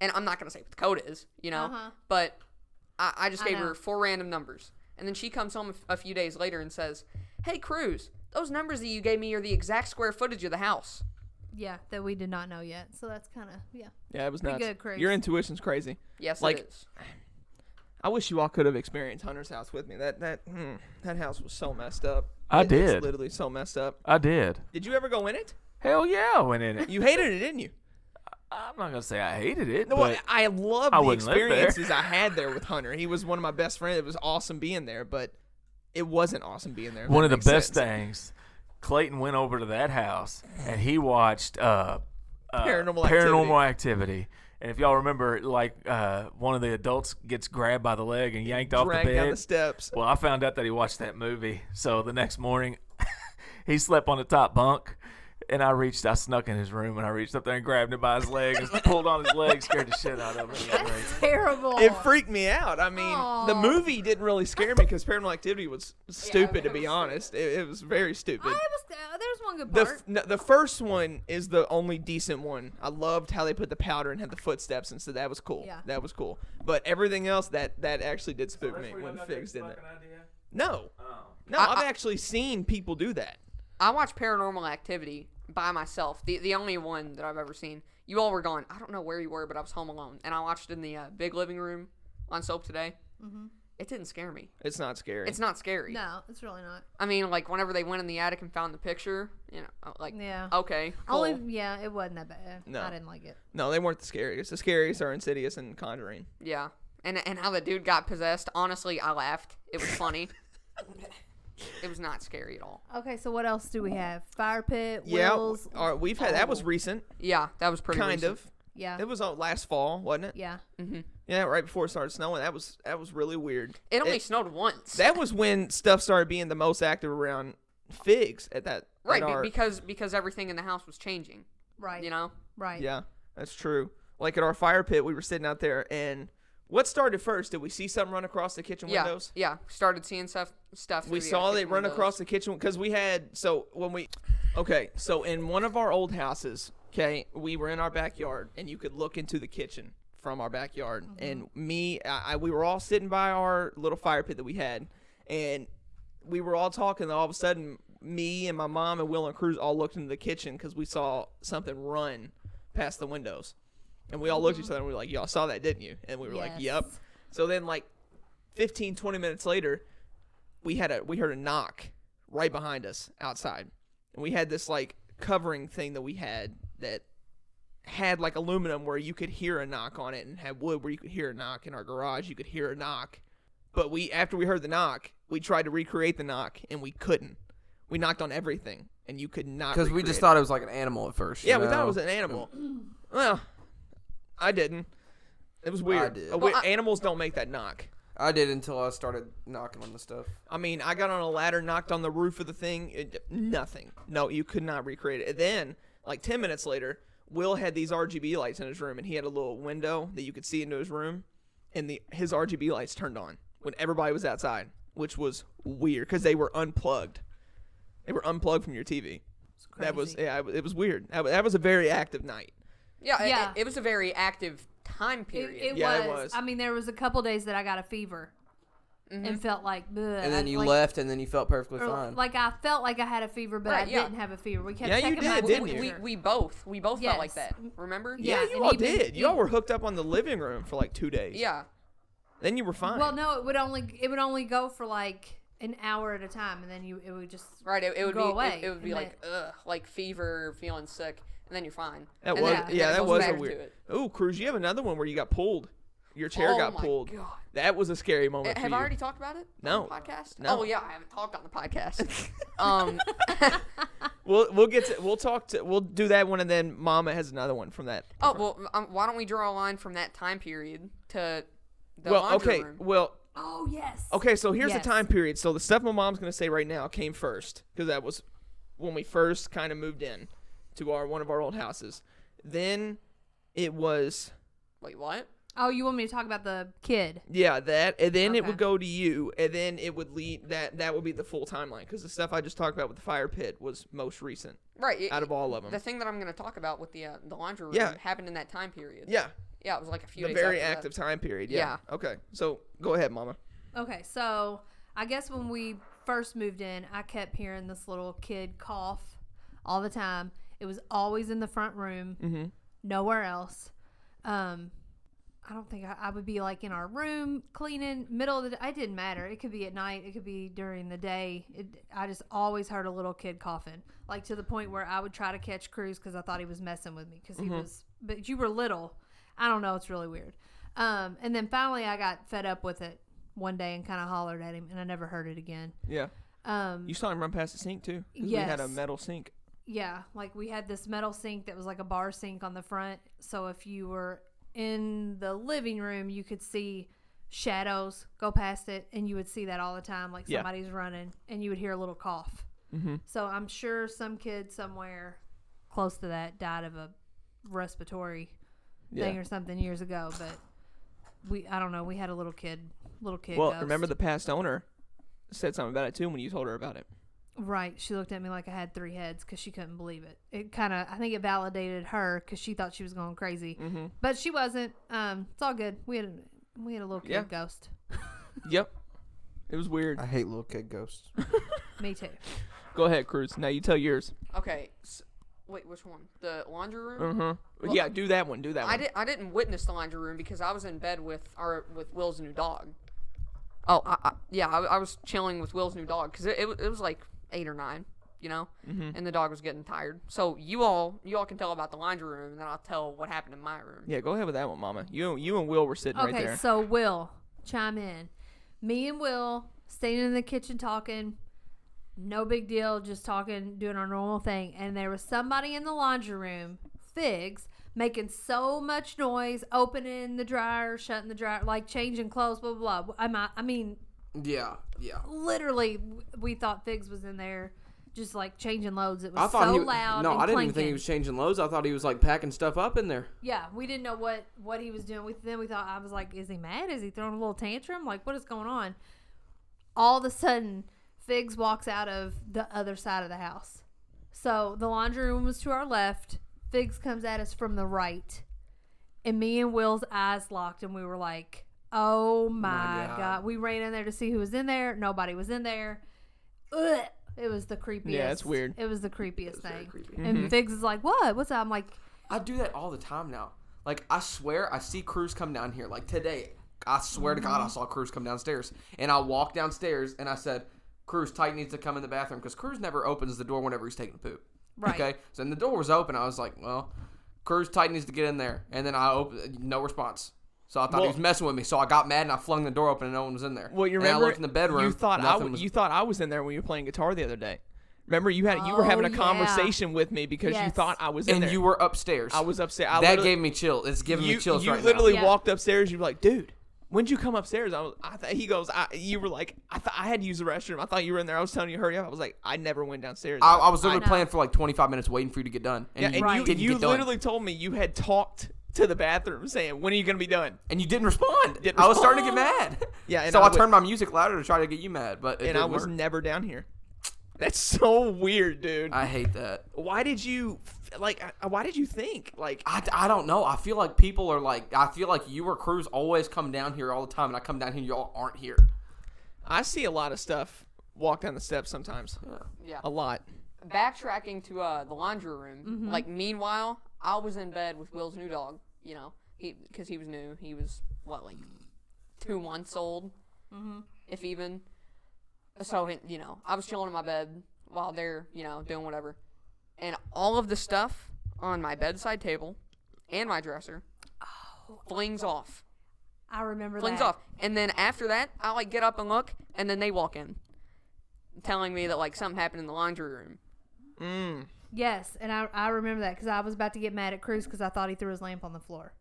S5: and I'm not gonna say what the code is, you know.
S2: Uh-huh.
S5: But I, I just
S2: I
S5: gave
S2: know.
S5: her four random numbers, and then she comes home a f- a few days later and says, "Hey, Cruz, those numbers that you gave me are the exact square footage of the house."
S2: Yeah, that we did not know yet. So that's kind of yeah.
S1: Yeah, it was
S2: Pretty
S1: nuts.
S2: good, Cruz.
S1: Your intuition's crazy.
S5: Yes,
S1: Like-
S5: it is.
S1: I wish you all could have experienced Hunter's house with me. That that hmm, that house was so messed up.
S3: I
S1: It-
S3: did.
S1: It's literally so messed up.
S3: I did.
S1: Did you ever go in it?
S3: Hell yeah, I went in it.
S1: You hated it, didn't you?
S3: I'm not gonna say I hated it,
S1: No,
S3: but
S1: I, I love
S3: I
S1: the
S3: wouldn't live there.
S1: experiences I had there with Hunter. He was one of my best friends. It was awesome being there, but it wasn't awesome being there. if
S3: one
S1: that
S3: of the
S1: makes
S3: best
S1: sense.
S3: things. Clayton went over to that house and he watched uh, uh,
S1: Paranormal
S3: Paranormal Activity. And if y'all remember, like uh, one of the adults gets grabbed by the leg and yanked off the
S1: Dragged
S3: bed.
S1: down the steps.
S3: Well, I found out that he watched that movie. So the next morning, he slept on the top bunk. And I reached, I snuck in his room and I reached up there and grabbed him by his leg and pulled on his leg, scared the shit out of him. It was great.
S2: Terrible.
S1: It freaked me out. I mean, the
S2: Aw.
S1: movie didn't really scare me because Paranormal Activity was stupid, to be honest. It, it was very
S2: I
S1: stupid.
S2: was, uh, there's one good
S1: The,
S2: part.
S1: f- no, the first one is the only decent one. I loved how they put the powder and had the footsteps, and so that was cool.
S2: Yeah.
S1: That was cool. But everything else, that that actually did spook
S3: That's
S1: me
S3: where you
S1: when
S3: got that
S1: Figs did that.
S3: fucking idea?
S1: No,
S3: Oh.
S1: no,
S5: I-
S1: I, have
S5: I-
S1: actually seen people do that.
S5: I watched Paranormal Activity by myself. The the only one that I've ever seen. You all were gone. I don't know where you were, but I was home alone, and I watched it in the uh, big living room on Soap Today. It didn't scare me.
S1: It's not scary.
S5: It's not scary.
S2: Mm-hmm. no, it's really not.
S5: I mean, like whenever they went in the attic and found the picture, you know, uh, like
S2: Yeah.
S5: okay, cool.
S2: Only, yeah, it wasn't that bad.
S1: No.
S2: I didn't like it.
S1: no, they weren't the scariest. The scariest are Insidious and Conjuring.
S5: yeah. And and how the dude got possessed. Honestly, I laughed. It was funny. it was not scary at all.
S2: Okay, so what else do we have? Fire pit,
S1: Yeah,
S2: wheels.
S1: all right, we've had that
S2: Oh.
S1: was recent,
S5: Yeah, that was pretty.
S1: kind
S5: recent.
S1: of.
S2: Yeah.
S1: It was on last fall, wasn't it?
S2: yeah.
S1: Yeah, right before it started snowing. That was that was really weird.
S5: It only snowed once.
S1: That was when stuff started being the most active around figs at that. at
S5: right, be-
S1: our-
S5: because because everything in the house was changing.
S2: Right.
S5: You know.
S2: Right.
S1: Yeah, that's true. Like at our fire pit, we were sitting out there, and what started first? Did we see something run across the kitchen
S5: Yeah,
S1: windows?
S5: yeah. Started seeing stuff. Stuff.
S1: We
S5: through the
S1: saw
S5: attic
S1: it run
S5: windows.
S1: across the kitchen because we had so when we okay so in one of our old houses okay we were in our backyard and you could look into the kitchen from our backyard and me I, I we were all sitting by our little fire pit that we had and we were all talking and all of a sudden me and my mom and Will and Cruz all looked into the kitchen because we saw something run past the windows and we all looked at each other and we were like y'all saw that didn't you and we were like
S2: Yes.
S1: yep so then like 15 20 minutes later we had a we heard a knock right behind us outside and we had this like covering thing that we had that had like aluminum where you could hear a knock on it and had wood where you could hear a knock in our garage you could hear a knock but we after we heard the knock we tried to recreate the knock and we couldn't we knocked on everything and you could not
S4: Because we
S1: recreate
S4: just
S1: it.
S4: thought it was like an animal at first. you
S1: yeah we thought
S4: know?
S1: it was an animal well i didn't it was weird
S4: did.
S1: A
S5: Well,
S1: we-
S5: I-
S1: animals don't make that knock
S4: I did until I started knocking on the stuff.
S1: I mean, I got on a ladder, knocked on the roof of the thing. It, nothing. No, you could not recreate it. And then, like 10 minutes later, Will had these RGB lights in his room, and he had a little window that you could see into his room, and the his RGB lights turned on when everybody was outside, which was weird because they were unplugged. They were unplugged from your TV. That was
S2: crazy.
S1: yeah, it was- it was weird. That was, that was a very active night.
S5: Yeah, it-
S2: Yeah.
S5: It, it was a very active time
S2: It,
S5: period.
S2: it
S1: Yeah,
S2: was.
S1: it was.
S2: I mean, there was a couple days that I got a fever
S5: Mm-hmm.
S2: and felt like. bleh,
S4: And then
S2: I-
S4: you
S2: like,
S4: left, and then you felt perfectly
S2: or,
S4: fine.
S2: Like I felt like I had a fever, but
S5: Right,
S2: I
S5: yeah.
S2: didn't have a fever. We kept
S1: Yeah, you
S2: checking my
S1: did, didn't you?
S5: we,
S2: temperature.
S5: we we both we both felt like
S2: Yes.
S5: that. Remember?
S2: Yeah.
S1: you
S2: and
S1: all
S2: he been-
S1: did. You all
S2: he-
S1: were hooked up on the living room for like two days.
S5: Yeah.
S1: Then you were fine.
S2: Well, no, it would only it would only go for like an hour at a time, and then you it would just
S5: Right. It, it would
S2: Go
S5: be
S2: away,
S5: It, it would be
S2: and
S5: like ugh, like fever, feeling sick, and then you're fine.
S1: That
S5: And
S1: was
S5: then-
S1: yeah,
S5: then it
S1: that
S5: goes
S1: was a
S5: back to
S1: weird.
S5: it.
S1: Ooh, Cruz, you have another one where you got pulled. Your chair
S5: Oh
S1: got
S5: my
S1: pulled.
S5: God.
S1: That was a scary moment
S5: Eh,
S1: for
S5: Have
S1: you.
S5: I already talked about it?
S1: No.
S5: On the podcast?
S1: No.
S5: Oh yeah, I haven't talked on the podcast. um
S1: We'll we'll get to we'll talk to we'll do that one and then Mama has another one from that.
S5: Oh well um, why don't we draw a line from that time period to the
S1: well,
S5: laundry
S1: okay,
S5: room?
S1: well,
S2: oh yes,
S1: okay. So here's
S2: Yes.
S1: the time period. So the stuff my mom's gonna say right now came first because that was when we first kind of moved in to our one of our old houses. Then it was
S5: Wait, what?
S2: Oh, you want me to talk about the kid?
S1: Yeah, that, and then it
S2: Okay.
S1: would go to you, and then it would lead that that would be the full timeline because the stuff I just talked about with the fire pit was most recent
S5: Right. it-
S1: out of all of them.
S5: the thing that I'm going to talk about with the uh, the laundry room
S1: Yeah.
S5: happened in that time period.
S1: yeah,
S5: Yeah, it was like a few
S1: the
S5: days
S1: very
S5: after that.
S1: active time period. Yeah. Okay, so go ahead, Mama.
S2: Okay, so I guess when we first moved in, I kept hearing this little kid cough all the time. It was always in the front room, nowhere else. Um, I don't think I, I would be like in our room cleaning middle of the. day. It didn't matter. It could be at night. It could be during the day. It, I just always heard a little kid coughing, like to the point where I would try to catch Cruz because I thought he was messing with me because he was. But you were little. I don't know. It's really weird. Um, and then finally, I got fed up with it one day and kind of hollered at him, and I never heard it again.
S1: Yeah,
S2: Um,
S1: you saw him run past the sink too. 'cause we had a
S2: Yes.
S1: metal sink.
S2: yeah, like we had this metal sink that was like a bar sink on the front. So if you were in the living room, you could see shadows go past it, and you would see that all the time, like
S1: Yeah.
S2: somebody's running, and you would hear a little cough. Mm-hmm. So I'm sure some kid somewhere close to that died of a respiratory thing
S1: Yeah.
S2: or something years ago, but we I don't know. We had a little kid, little kid.
S1: Well,
S2: ghost.
S1: remember the past owner said something about it too when you told her about it.
S2: Right. She looked at me like I had three heads because she couldn't believe it. It kind of, I think it validated her because she thought she was going crazy,
S1: Mm-hmm.
S2: but she wasn't. Um, it's all good. We had a, we had a little kid
S1: Yeah.
S2: ghost.
S1: Yep. It was weird.
S4: I hate little kid ghosts.
S2: Me too.
S1: Go ahead, Cruz. Now you tell yours.
S5: Okay. s wait, which one? The laundry room?
S1: Uh huh.
S5: Well,
S1: yeah, do that one. Do that
S5: I
S1: one.
S5: did. I didn't witness the laundry room because I was in bed with our with Will's new dog. Oh, I, I, yeah. I, I was chilling with Will's new dog because it, it, was- it was like eight or nine, you know,
S1: Mm-hmm.
S5: and the dog was getting tired. So you all you all can tell about the laundry room, and then I'll tell what happened in my room.
S1: Yeah, go ahead with that one, Mama. You you and Will were sitting
S2: Okay.
S1: right there.
S2: So Will, chime in. Me and Will standing in the kitchen talking. No big deal. Just talking, doing our normal thing. And there was somebody in the laundry room, Figs, making so much noise, opening the dryer, shutting the dryer, like changing clothes, blah blah. blah. I might, I mean,
S4: Yeah, yeah.
S2: literally w- we thought Figs was in there just like changing loads. It was
S4: I thought
S2: so
S4: he.
S2: loud.
S4: no,
S2: and
S4: I didn't even think he
S2: clinking.
S4: was changing loads. I thought he was like packing stuff up in there.
S2: Yeah, we didn't know what what he was doing. We, then we thought I was like, is he mad? Is he throwing a little tantrum? Like, what is going on? All of a sudden, Figs walks out of the other side of the house. So the laundry room was to our left. Figs comes at us from the right, and me and Will's eyes locked, and we were like, "Oh my,
S4: God.
S2: god. We ran in there to see who was in there. Nobody was in there. Ugh. It was the creepiest.
S1: Yeah, it's weird.
S2: It was the creepiest thing.
S4: creepy.
S2: And Figs is like, "What? What's up?" I'm like,
S4: I do that all the time now. Like I swear, I see Cruz come down here. Like today, I swear to
S1: Mm-hmm.
S4: God, I saw Cruz come downstairs, and I walked downstairs, and I said, "Cruz, Tight needs to come in the bathroom because Cruz never opens the door whenever he's taking a poop."
S2: Right.
S4: Okay. So then the door was open. I was like, "Well, Cruz, Tight needs to get in there," and then I open, no response. So I thought he
S1: Well-
S4: was messing with me. So I got mad and I flung the door open, and no one was in there.
S1: Well, you
S4: And
S1: remember
S4: I looked in the bedroom.
S1: You thought I
S4: nothing
S1: w-
S4: was-
S1: you thought I was in there when you were playing guitar the other day. Remember you had you were
S2: Oh,
S1: having a
S2: yeah.
S1: conversation with me because you
S2: Yes.
S1: thought I was in
S4: and
S1: there.
S4: you were upstairs.
S1: I was upstairs. I
S4: that
S1: literally-
S4: gave me chills. It's giving
S1: you,
S4: me chills
S1: you
S4: right
S1: literally
S2: Yeah.
S1: walked upstairs. You were like, dude. When'd you come upstairs? I was. I th- he goes. I, you were like. I thought I had to use the restroom. I thought you were in there. I was telling you hurry up. I was like. I never went downstairs.
S4: now. I, I was literally
S2: know.
S4: playing for like 25 minutes waiting for you to get done, and
S1: yeah,
S4: you
S1: and you,
S4: didn't
S1: you
S4: get done.
S1: literally told me you had talked to the bathroom saying, "When are you gonna be done?"
S4: and you didn't respond.
S1: Didn't
S4: I was
S1: respond.
S4: starting to get mad.
S1: Yeah, and
S4: so
S1: I
S4: I,
S1: would-
S4: turned my music louder to try to get you mad, but it
S1: And I was
S4: Work.
S1: never down here. That's so weird, dude.
S4: I hate that.
S1: why did you f- like? I- Why did you think like?
S4: I, I don't know. I feel like people are like I feel like you or Cruz always come down here all the time, and I come down here, and y'all aren't here.
S1: I see a lot of stuff walk down the steps sometimes.
S5: Yeah.
S1: A lot.
S5: Backtracking to uh, the laundry room. Like meanwhile, I was in bed with Will's new dog. You know, he because he was new. He was what like two months old, if even. So you know, I was chilling in my bed while they're you know doing whatever, and all of the stuff on my bedside table and my dresser flings off,
S2: I remember
S5: flings
S2: that.
S5: off, and then after that, I like get up and look, and then they walk in, telling me that like something happened in the laundry room.
S2: Yes, and I, I remember that because I was about to get mad at Cruz because I thought he threw his lamp on the floor.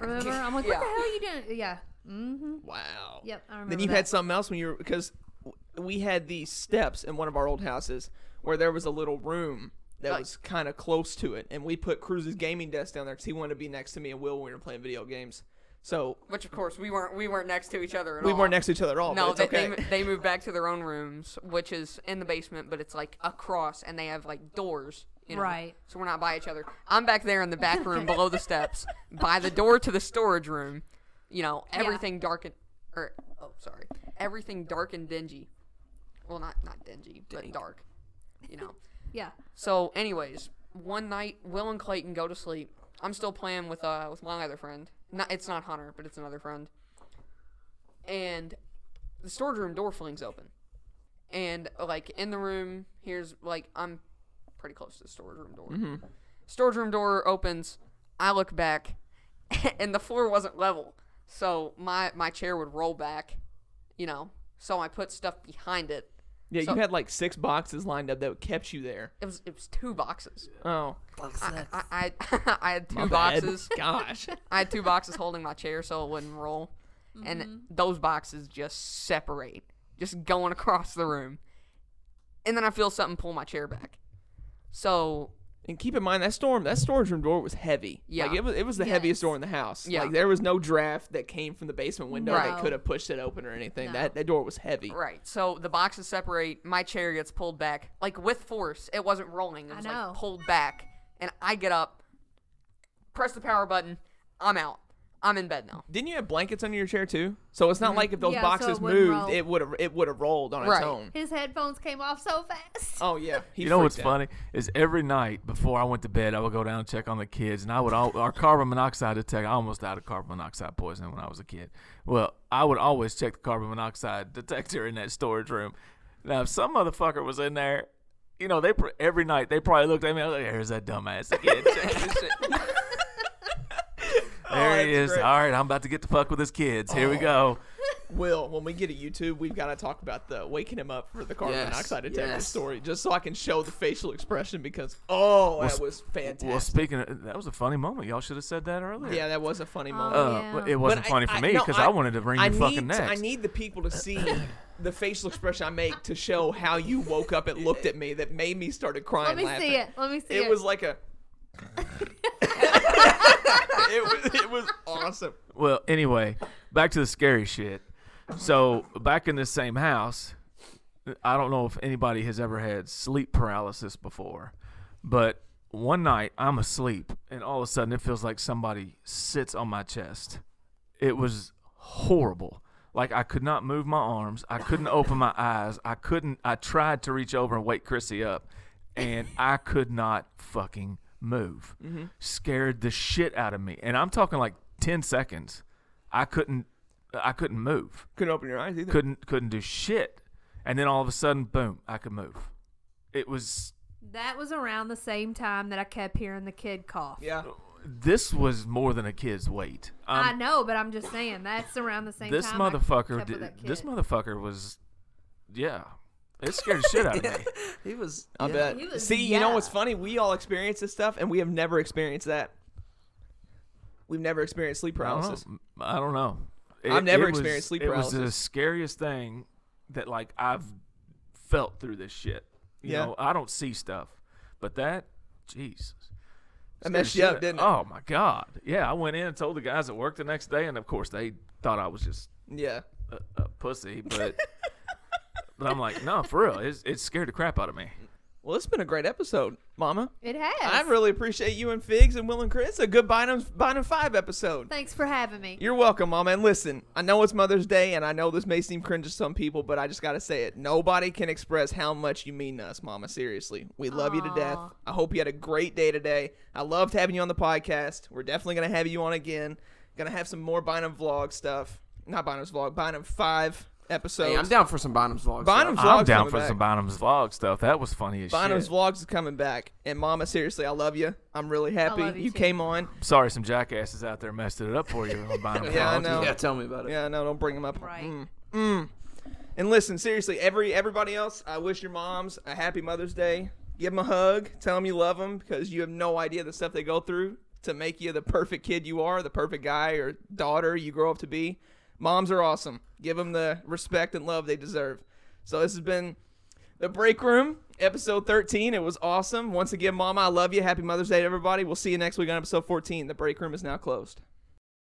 S2: remember? I'm like, what
S5: Yeah.
S2: the hell are you doing? Yeah. Mm-hmm.
S1: Wow.
S2: Yep, I remember
S1: Then you
S2: that.
S1: had something else when you were because w- we had these steps in one of our old houses where there was a little room that
S5: Like-
S1: was kind of close to it, and we put Cruz's gaming desk down there because he wanted to be next to me and Will when we were playing video games. So
S5: Which of course we weren't. We weren't next to each other. At
S1: we
S5: all.
S1: weren't next to each other at all.
S5: No,
S1: but
S5: they,
S1: it's okay.
S5: they they moved back to their own rooms, which is in the basement, but it's like across, and they have like doors. You know?
S2: Right.
S5: So we're not by each other. I'm back there in the back room below the steps, by the door to the storage room. You know, everything dark and or oh sorry, everything dark and dingy. Well, not not dingy, but dark. You know.
S2: Yeah.
S5: So, anyways, one night Will and Clayton go to sleep. I'm still playing with uh with my other friend. Not it's not Hunter, but it's another friend. And the storage room door flings open, and like in the room, here's like I'm pretty close to the storage room door. Storage room door opens. I look back, and the floor wasn't level, so my my chair would roll back, you know. So I put stuff behind it.
S1: yeah,
S5: so-
S1: you had like six boxes lined up that kept you there.
S5: It was it was two boxes.
S1: Oh,
S5: I, I, I, I had two
S1: my bad.
S5: boxes.
S1: Gosh.
S5: I had two boxes holding my chair so it wouldn't roll.
S2: Mm-hmm.
S5: And those boxes just separate, just going across the room. And then I feel something pull my chair back. So
S1: And keep in mind that storm, that storage room door was heavy.
S5: Yeah.
S1: like it was it was the heaviest door in the house.
S5: Yeah.
S1: like there was no draft that came from the basement window
S2: No.
S1: that could have pushed it open or anything.
S2: No.
S1: That that door was heavy.
S5: Right. So the boxes separate. My chair gets pulled back, like with force. It wasn't rolling. It
S2: I
S5: was
S2: know.
S5: like pulled back, and I get up, press the power button. I'm out. I'm in bed now.
S1: Didn't you have blankets under your chair too? So it's not
S3: Mm-hmm.
S1: like if those
S2: Yeah, so it
S1: boxes
S2: wouldn't
S1: moved,
S2: roll.
S1: it would have it would have rolled on
S5: Right.
S1: its own.
S2: His headphones came off so fast.
S1: Oh yeah, he
S3: you know what's
S1: freaked out.
S3: funny is every night before I went to bed, I would go down and check on the kids, and I would all our carbon monoxide detector. I almost died of carbon monoxide poisoning when I was a kid. Well, I would always check the carbon monoxide detector in that storage room. Now, if some motherfucker was in there, you know, they pr- every night they probably looked at me. I was like, "Here's that dumbass again." checking his shit." there he
S1: Oh, that's
S3: is.
S1: great. Oh,
S3: All right, I'm about to get to fuck with his kids. Here we go.
S1: Will, when we get a YouTube, we've got to talk about the waking him up for the carbon
S4: Yes,
S1: monoxide detector
S4: yes.
S1: story, just so I can show the facial expression because oh, that
S3: sp-
S1: was fantastic.
S3: Well, speaking of, that was a funny moment. Y'all should have said that earlier.
S1: yeah, that was a funny moment.
S3: Uh,
S2: Yeah.
S3: but It wasn't
S1: But I-
S3: funny
S1: I-
S3: for me
S1: no,
S3: because I, wanted to wring
S1: I
S3: your fucking
S1: need to-
S3: neck.
S1: I need the people to see the facial expression I make to show how you woke up and looked at me that made me started crying.
S2: Let me
S1: laughing.
S2: see it. Let me see it.
S1: It was like a. it, was, it was awesome.
S3: Well, anyway, back to the scary shit. So back in this same house, I don't know if anybody has ever had sleep paralysis before, but one night I'm asleep and all of a sudden it feels like somebody sits on my chest. It was horrible. Like I could not move my arms. I couldn't open my eyes. I couldn't. I tried to reach over and wake Chrissy up, and I could not fucking move. Scared the shit out of me. And I'm talking like ten seconds. I couldn't. I couldn't move
S1: Couldn't open your eyes either.
S3: couldn't couldn't do shit and then all of a sudden boom i could move it was
S2: that was around the same time that I kept hearing the kid cough.
S1: Yeah.
S3: this was more than a kid's weight
S2: I
S3: um,
S2: know, but I'm just saying that's around the same
S3: this
S2: time. I
S3: motherfucker
S2: kept with
S3: did,
S2: that
S3: this
S2: kid.
S3: motherfucker was yeah it scared the shit out of me
S4: He was.
S1: I
S4: yeah.
S1: bet.
S2: He was-
S1: See, you know what's
S2: yeah.
S1: funny? We all experience this stuff, and we have never experienced that. We've never experienced sleep
S3: I don't
S1: paralysis.
S3: know. I don't know. It-
S1: I've never
S3: it was-
S1: experienced sleep
S3: It was the
S1: paralysis.
S3: scariest thing that like I've felt through this shit. You
S1: Yeah.
S3: know, I don't see stuff, but that, Jesus.
S1: That messed
S3: Scared
S1: you up,
S3: the shit
S1: didn't it?
S3: out- Oh my god! Yeah, I went in and told the guys at work the next day, and of course they thought I was just
S1: Yeah.
S3: a, a pussy. But but I'm like, no, for real, it's, it scared the crap out of me.
S1: Well, it's been a great episode, Mama.
S2: It has.
S1: I really appreciate you and Figs and Will and Chris. A good Bynum, Bynum 5 episode.
S2: Thanks for having me.
S1: You're welcome, Mama. And listen, I know it's Mother's Day, and I know this may seem cringe to some people, but I just got to say it. Nobody can express how much you mean to us, Mama. Seriously. We love you to death.
S2: Aw.
S1: I hope you had a great day today. I loved having you on the podcast. We're definitely going to have you on again. Going to have some more Bynum vlog stuff. Not Bynum's vlog, Bynum 5 episodes.
S4: Hey, I'm down for some Bonham's vlogs.
S1: Bonham's-
S4: though.
S1: Vlog's
S3: I'm down
S1: coming
S3: for
S1: back.
S3: some Bonham's vlog stuff. That was funny as
S1: Bynum's
S3: shit.
S1: vlogs is coming back. And Mama, seriously, I love you. I'm really happy
S2: love you too.
S1: came on.
S3: Sorry, some jackasses out there messed it up for you on Bonham's
S1: Yeah, I
S3: vlogs.
S1: know.
S4: Yeah, tell me about it.
S1: Yeah, no, don't bring them up.
S2: Right.
S1: Mm. Mm. And listen, seriously, every everybody else, I wish your moms a happy Mother's Day. Give them a hug. Tell them you love them because you have no idea the stuff they go through to make you the perfect kid you are, the perfect guy or daughter you grow up to be. Moms are awesome. Give them the respect and love they deserve. So this has been the break room episode 13 it was awesome once again mama i love you happy mother's day to everybody we'll see you next week on episode 14 the break room is now closed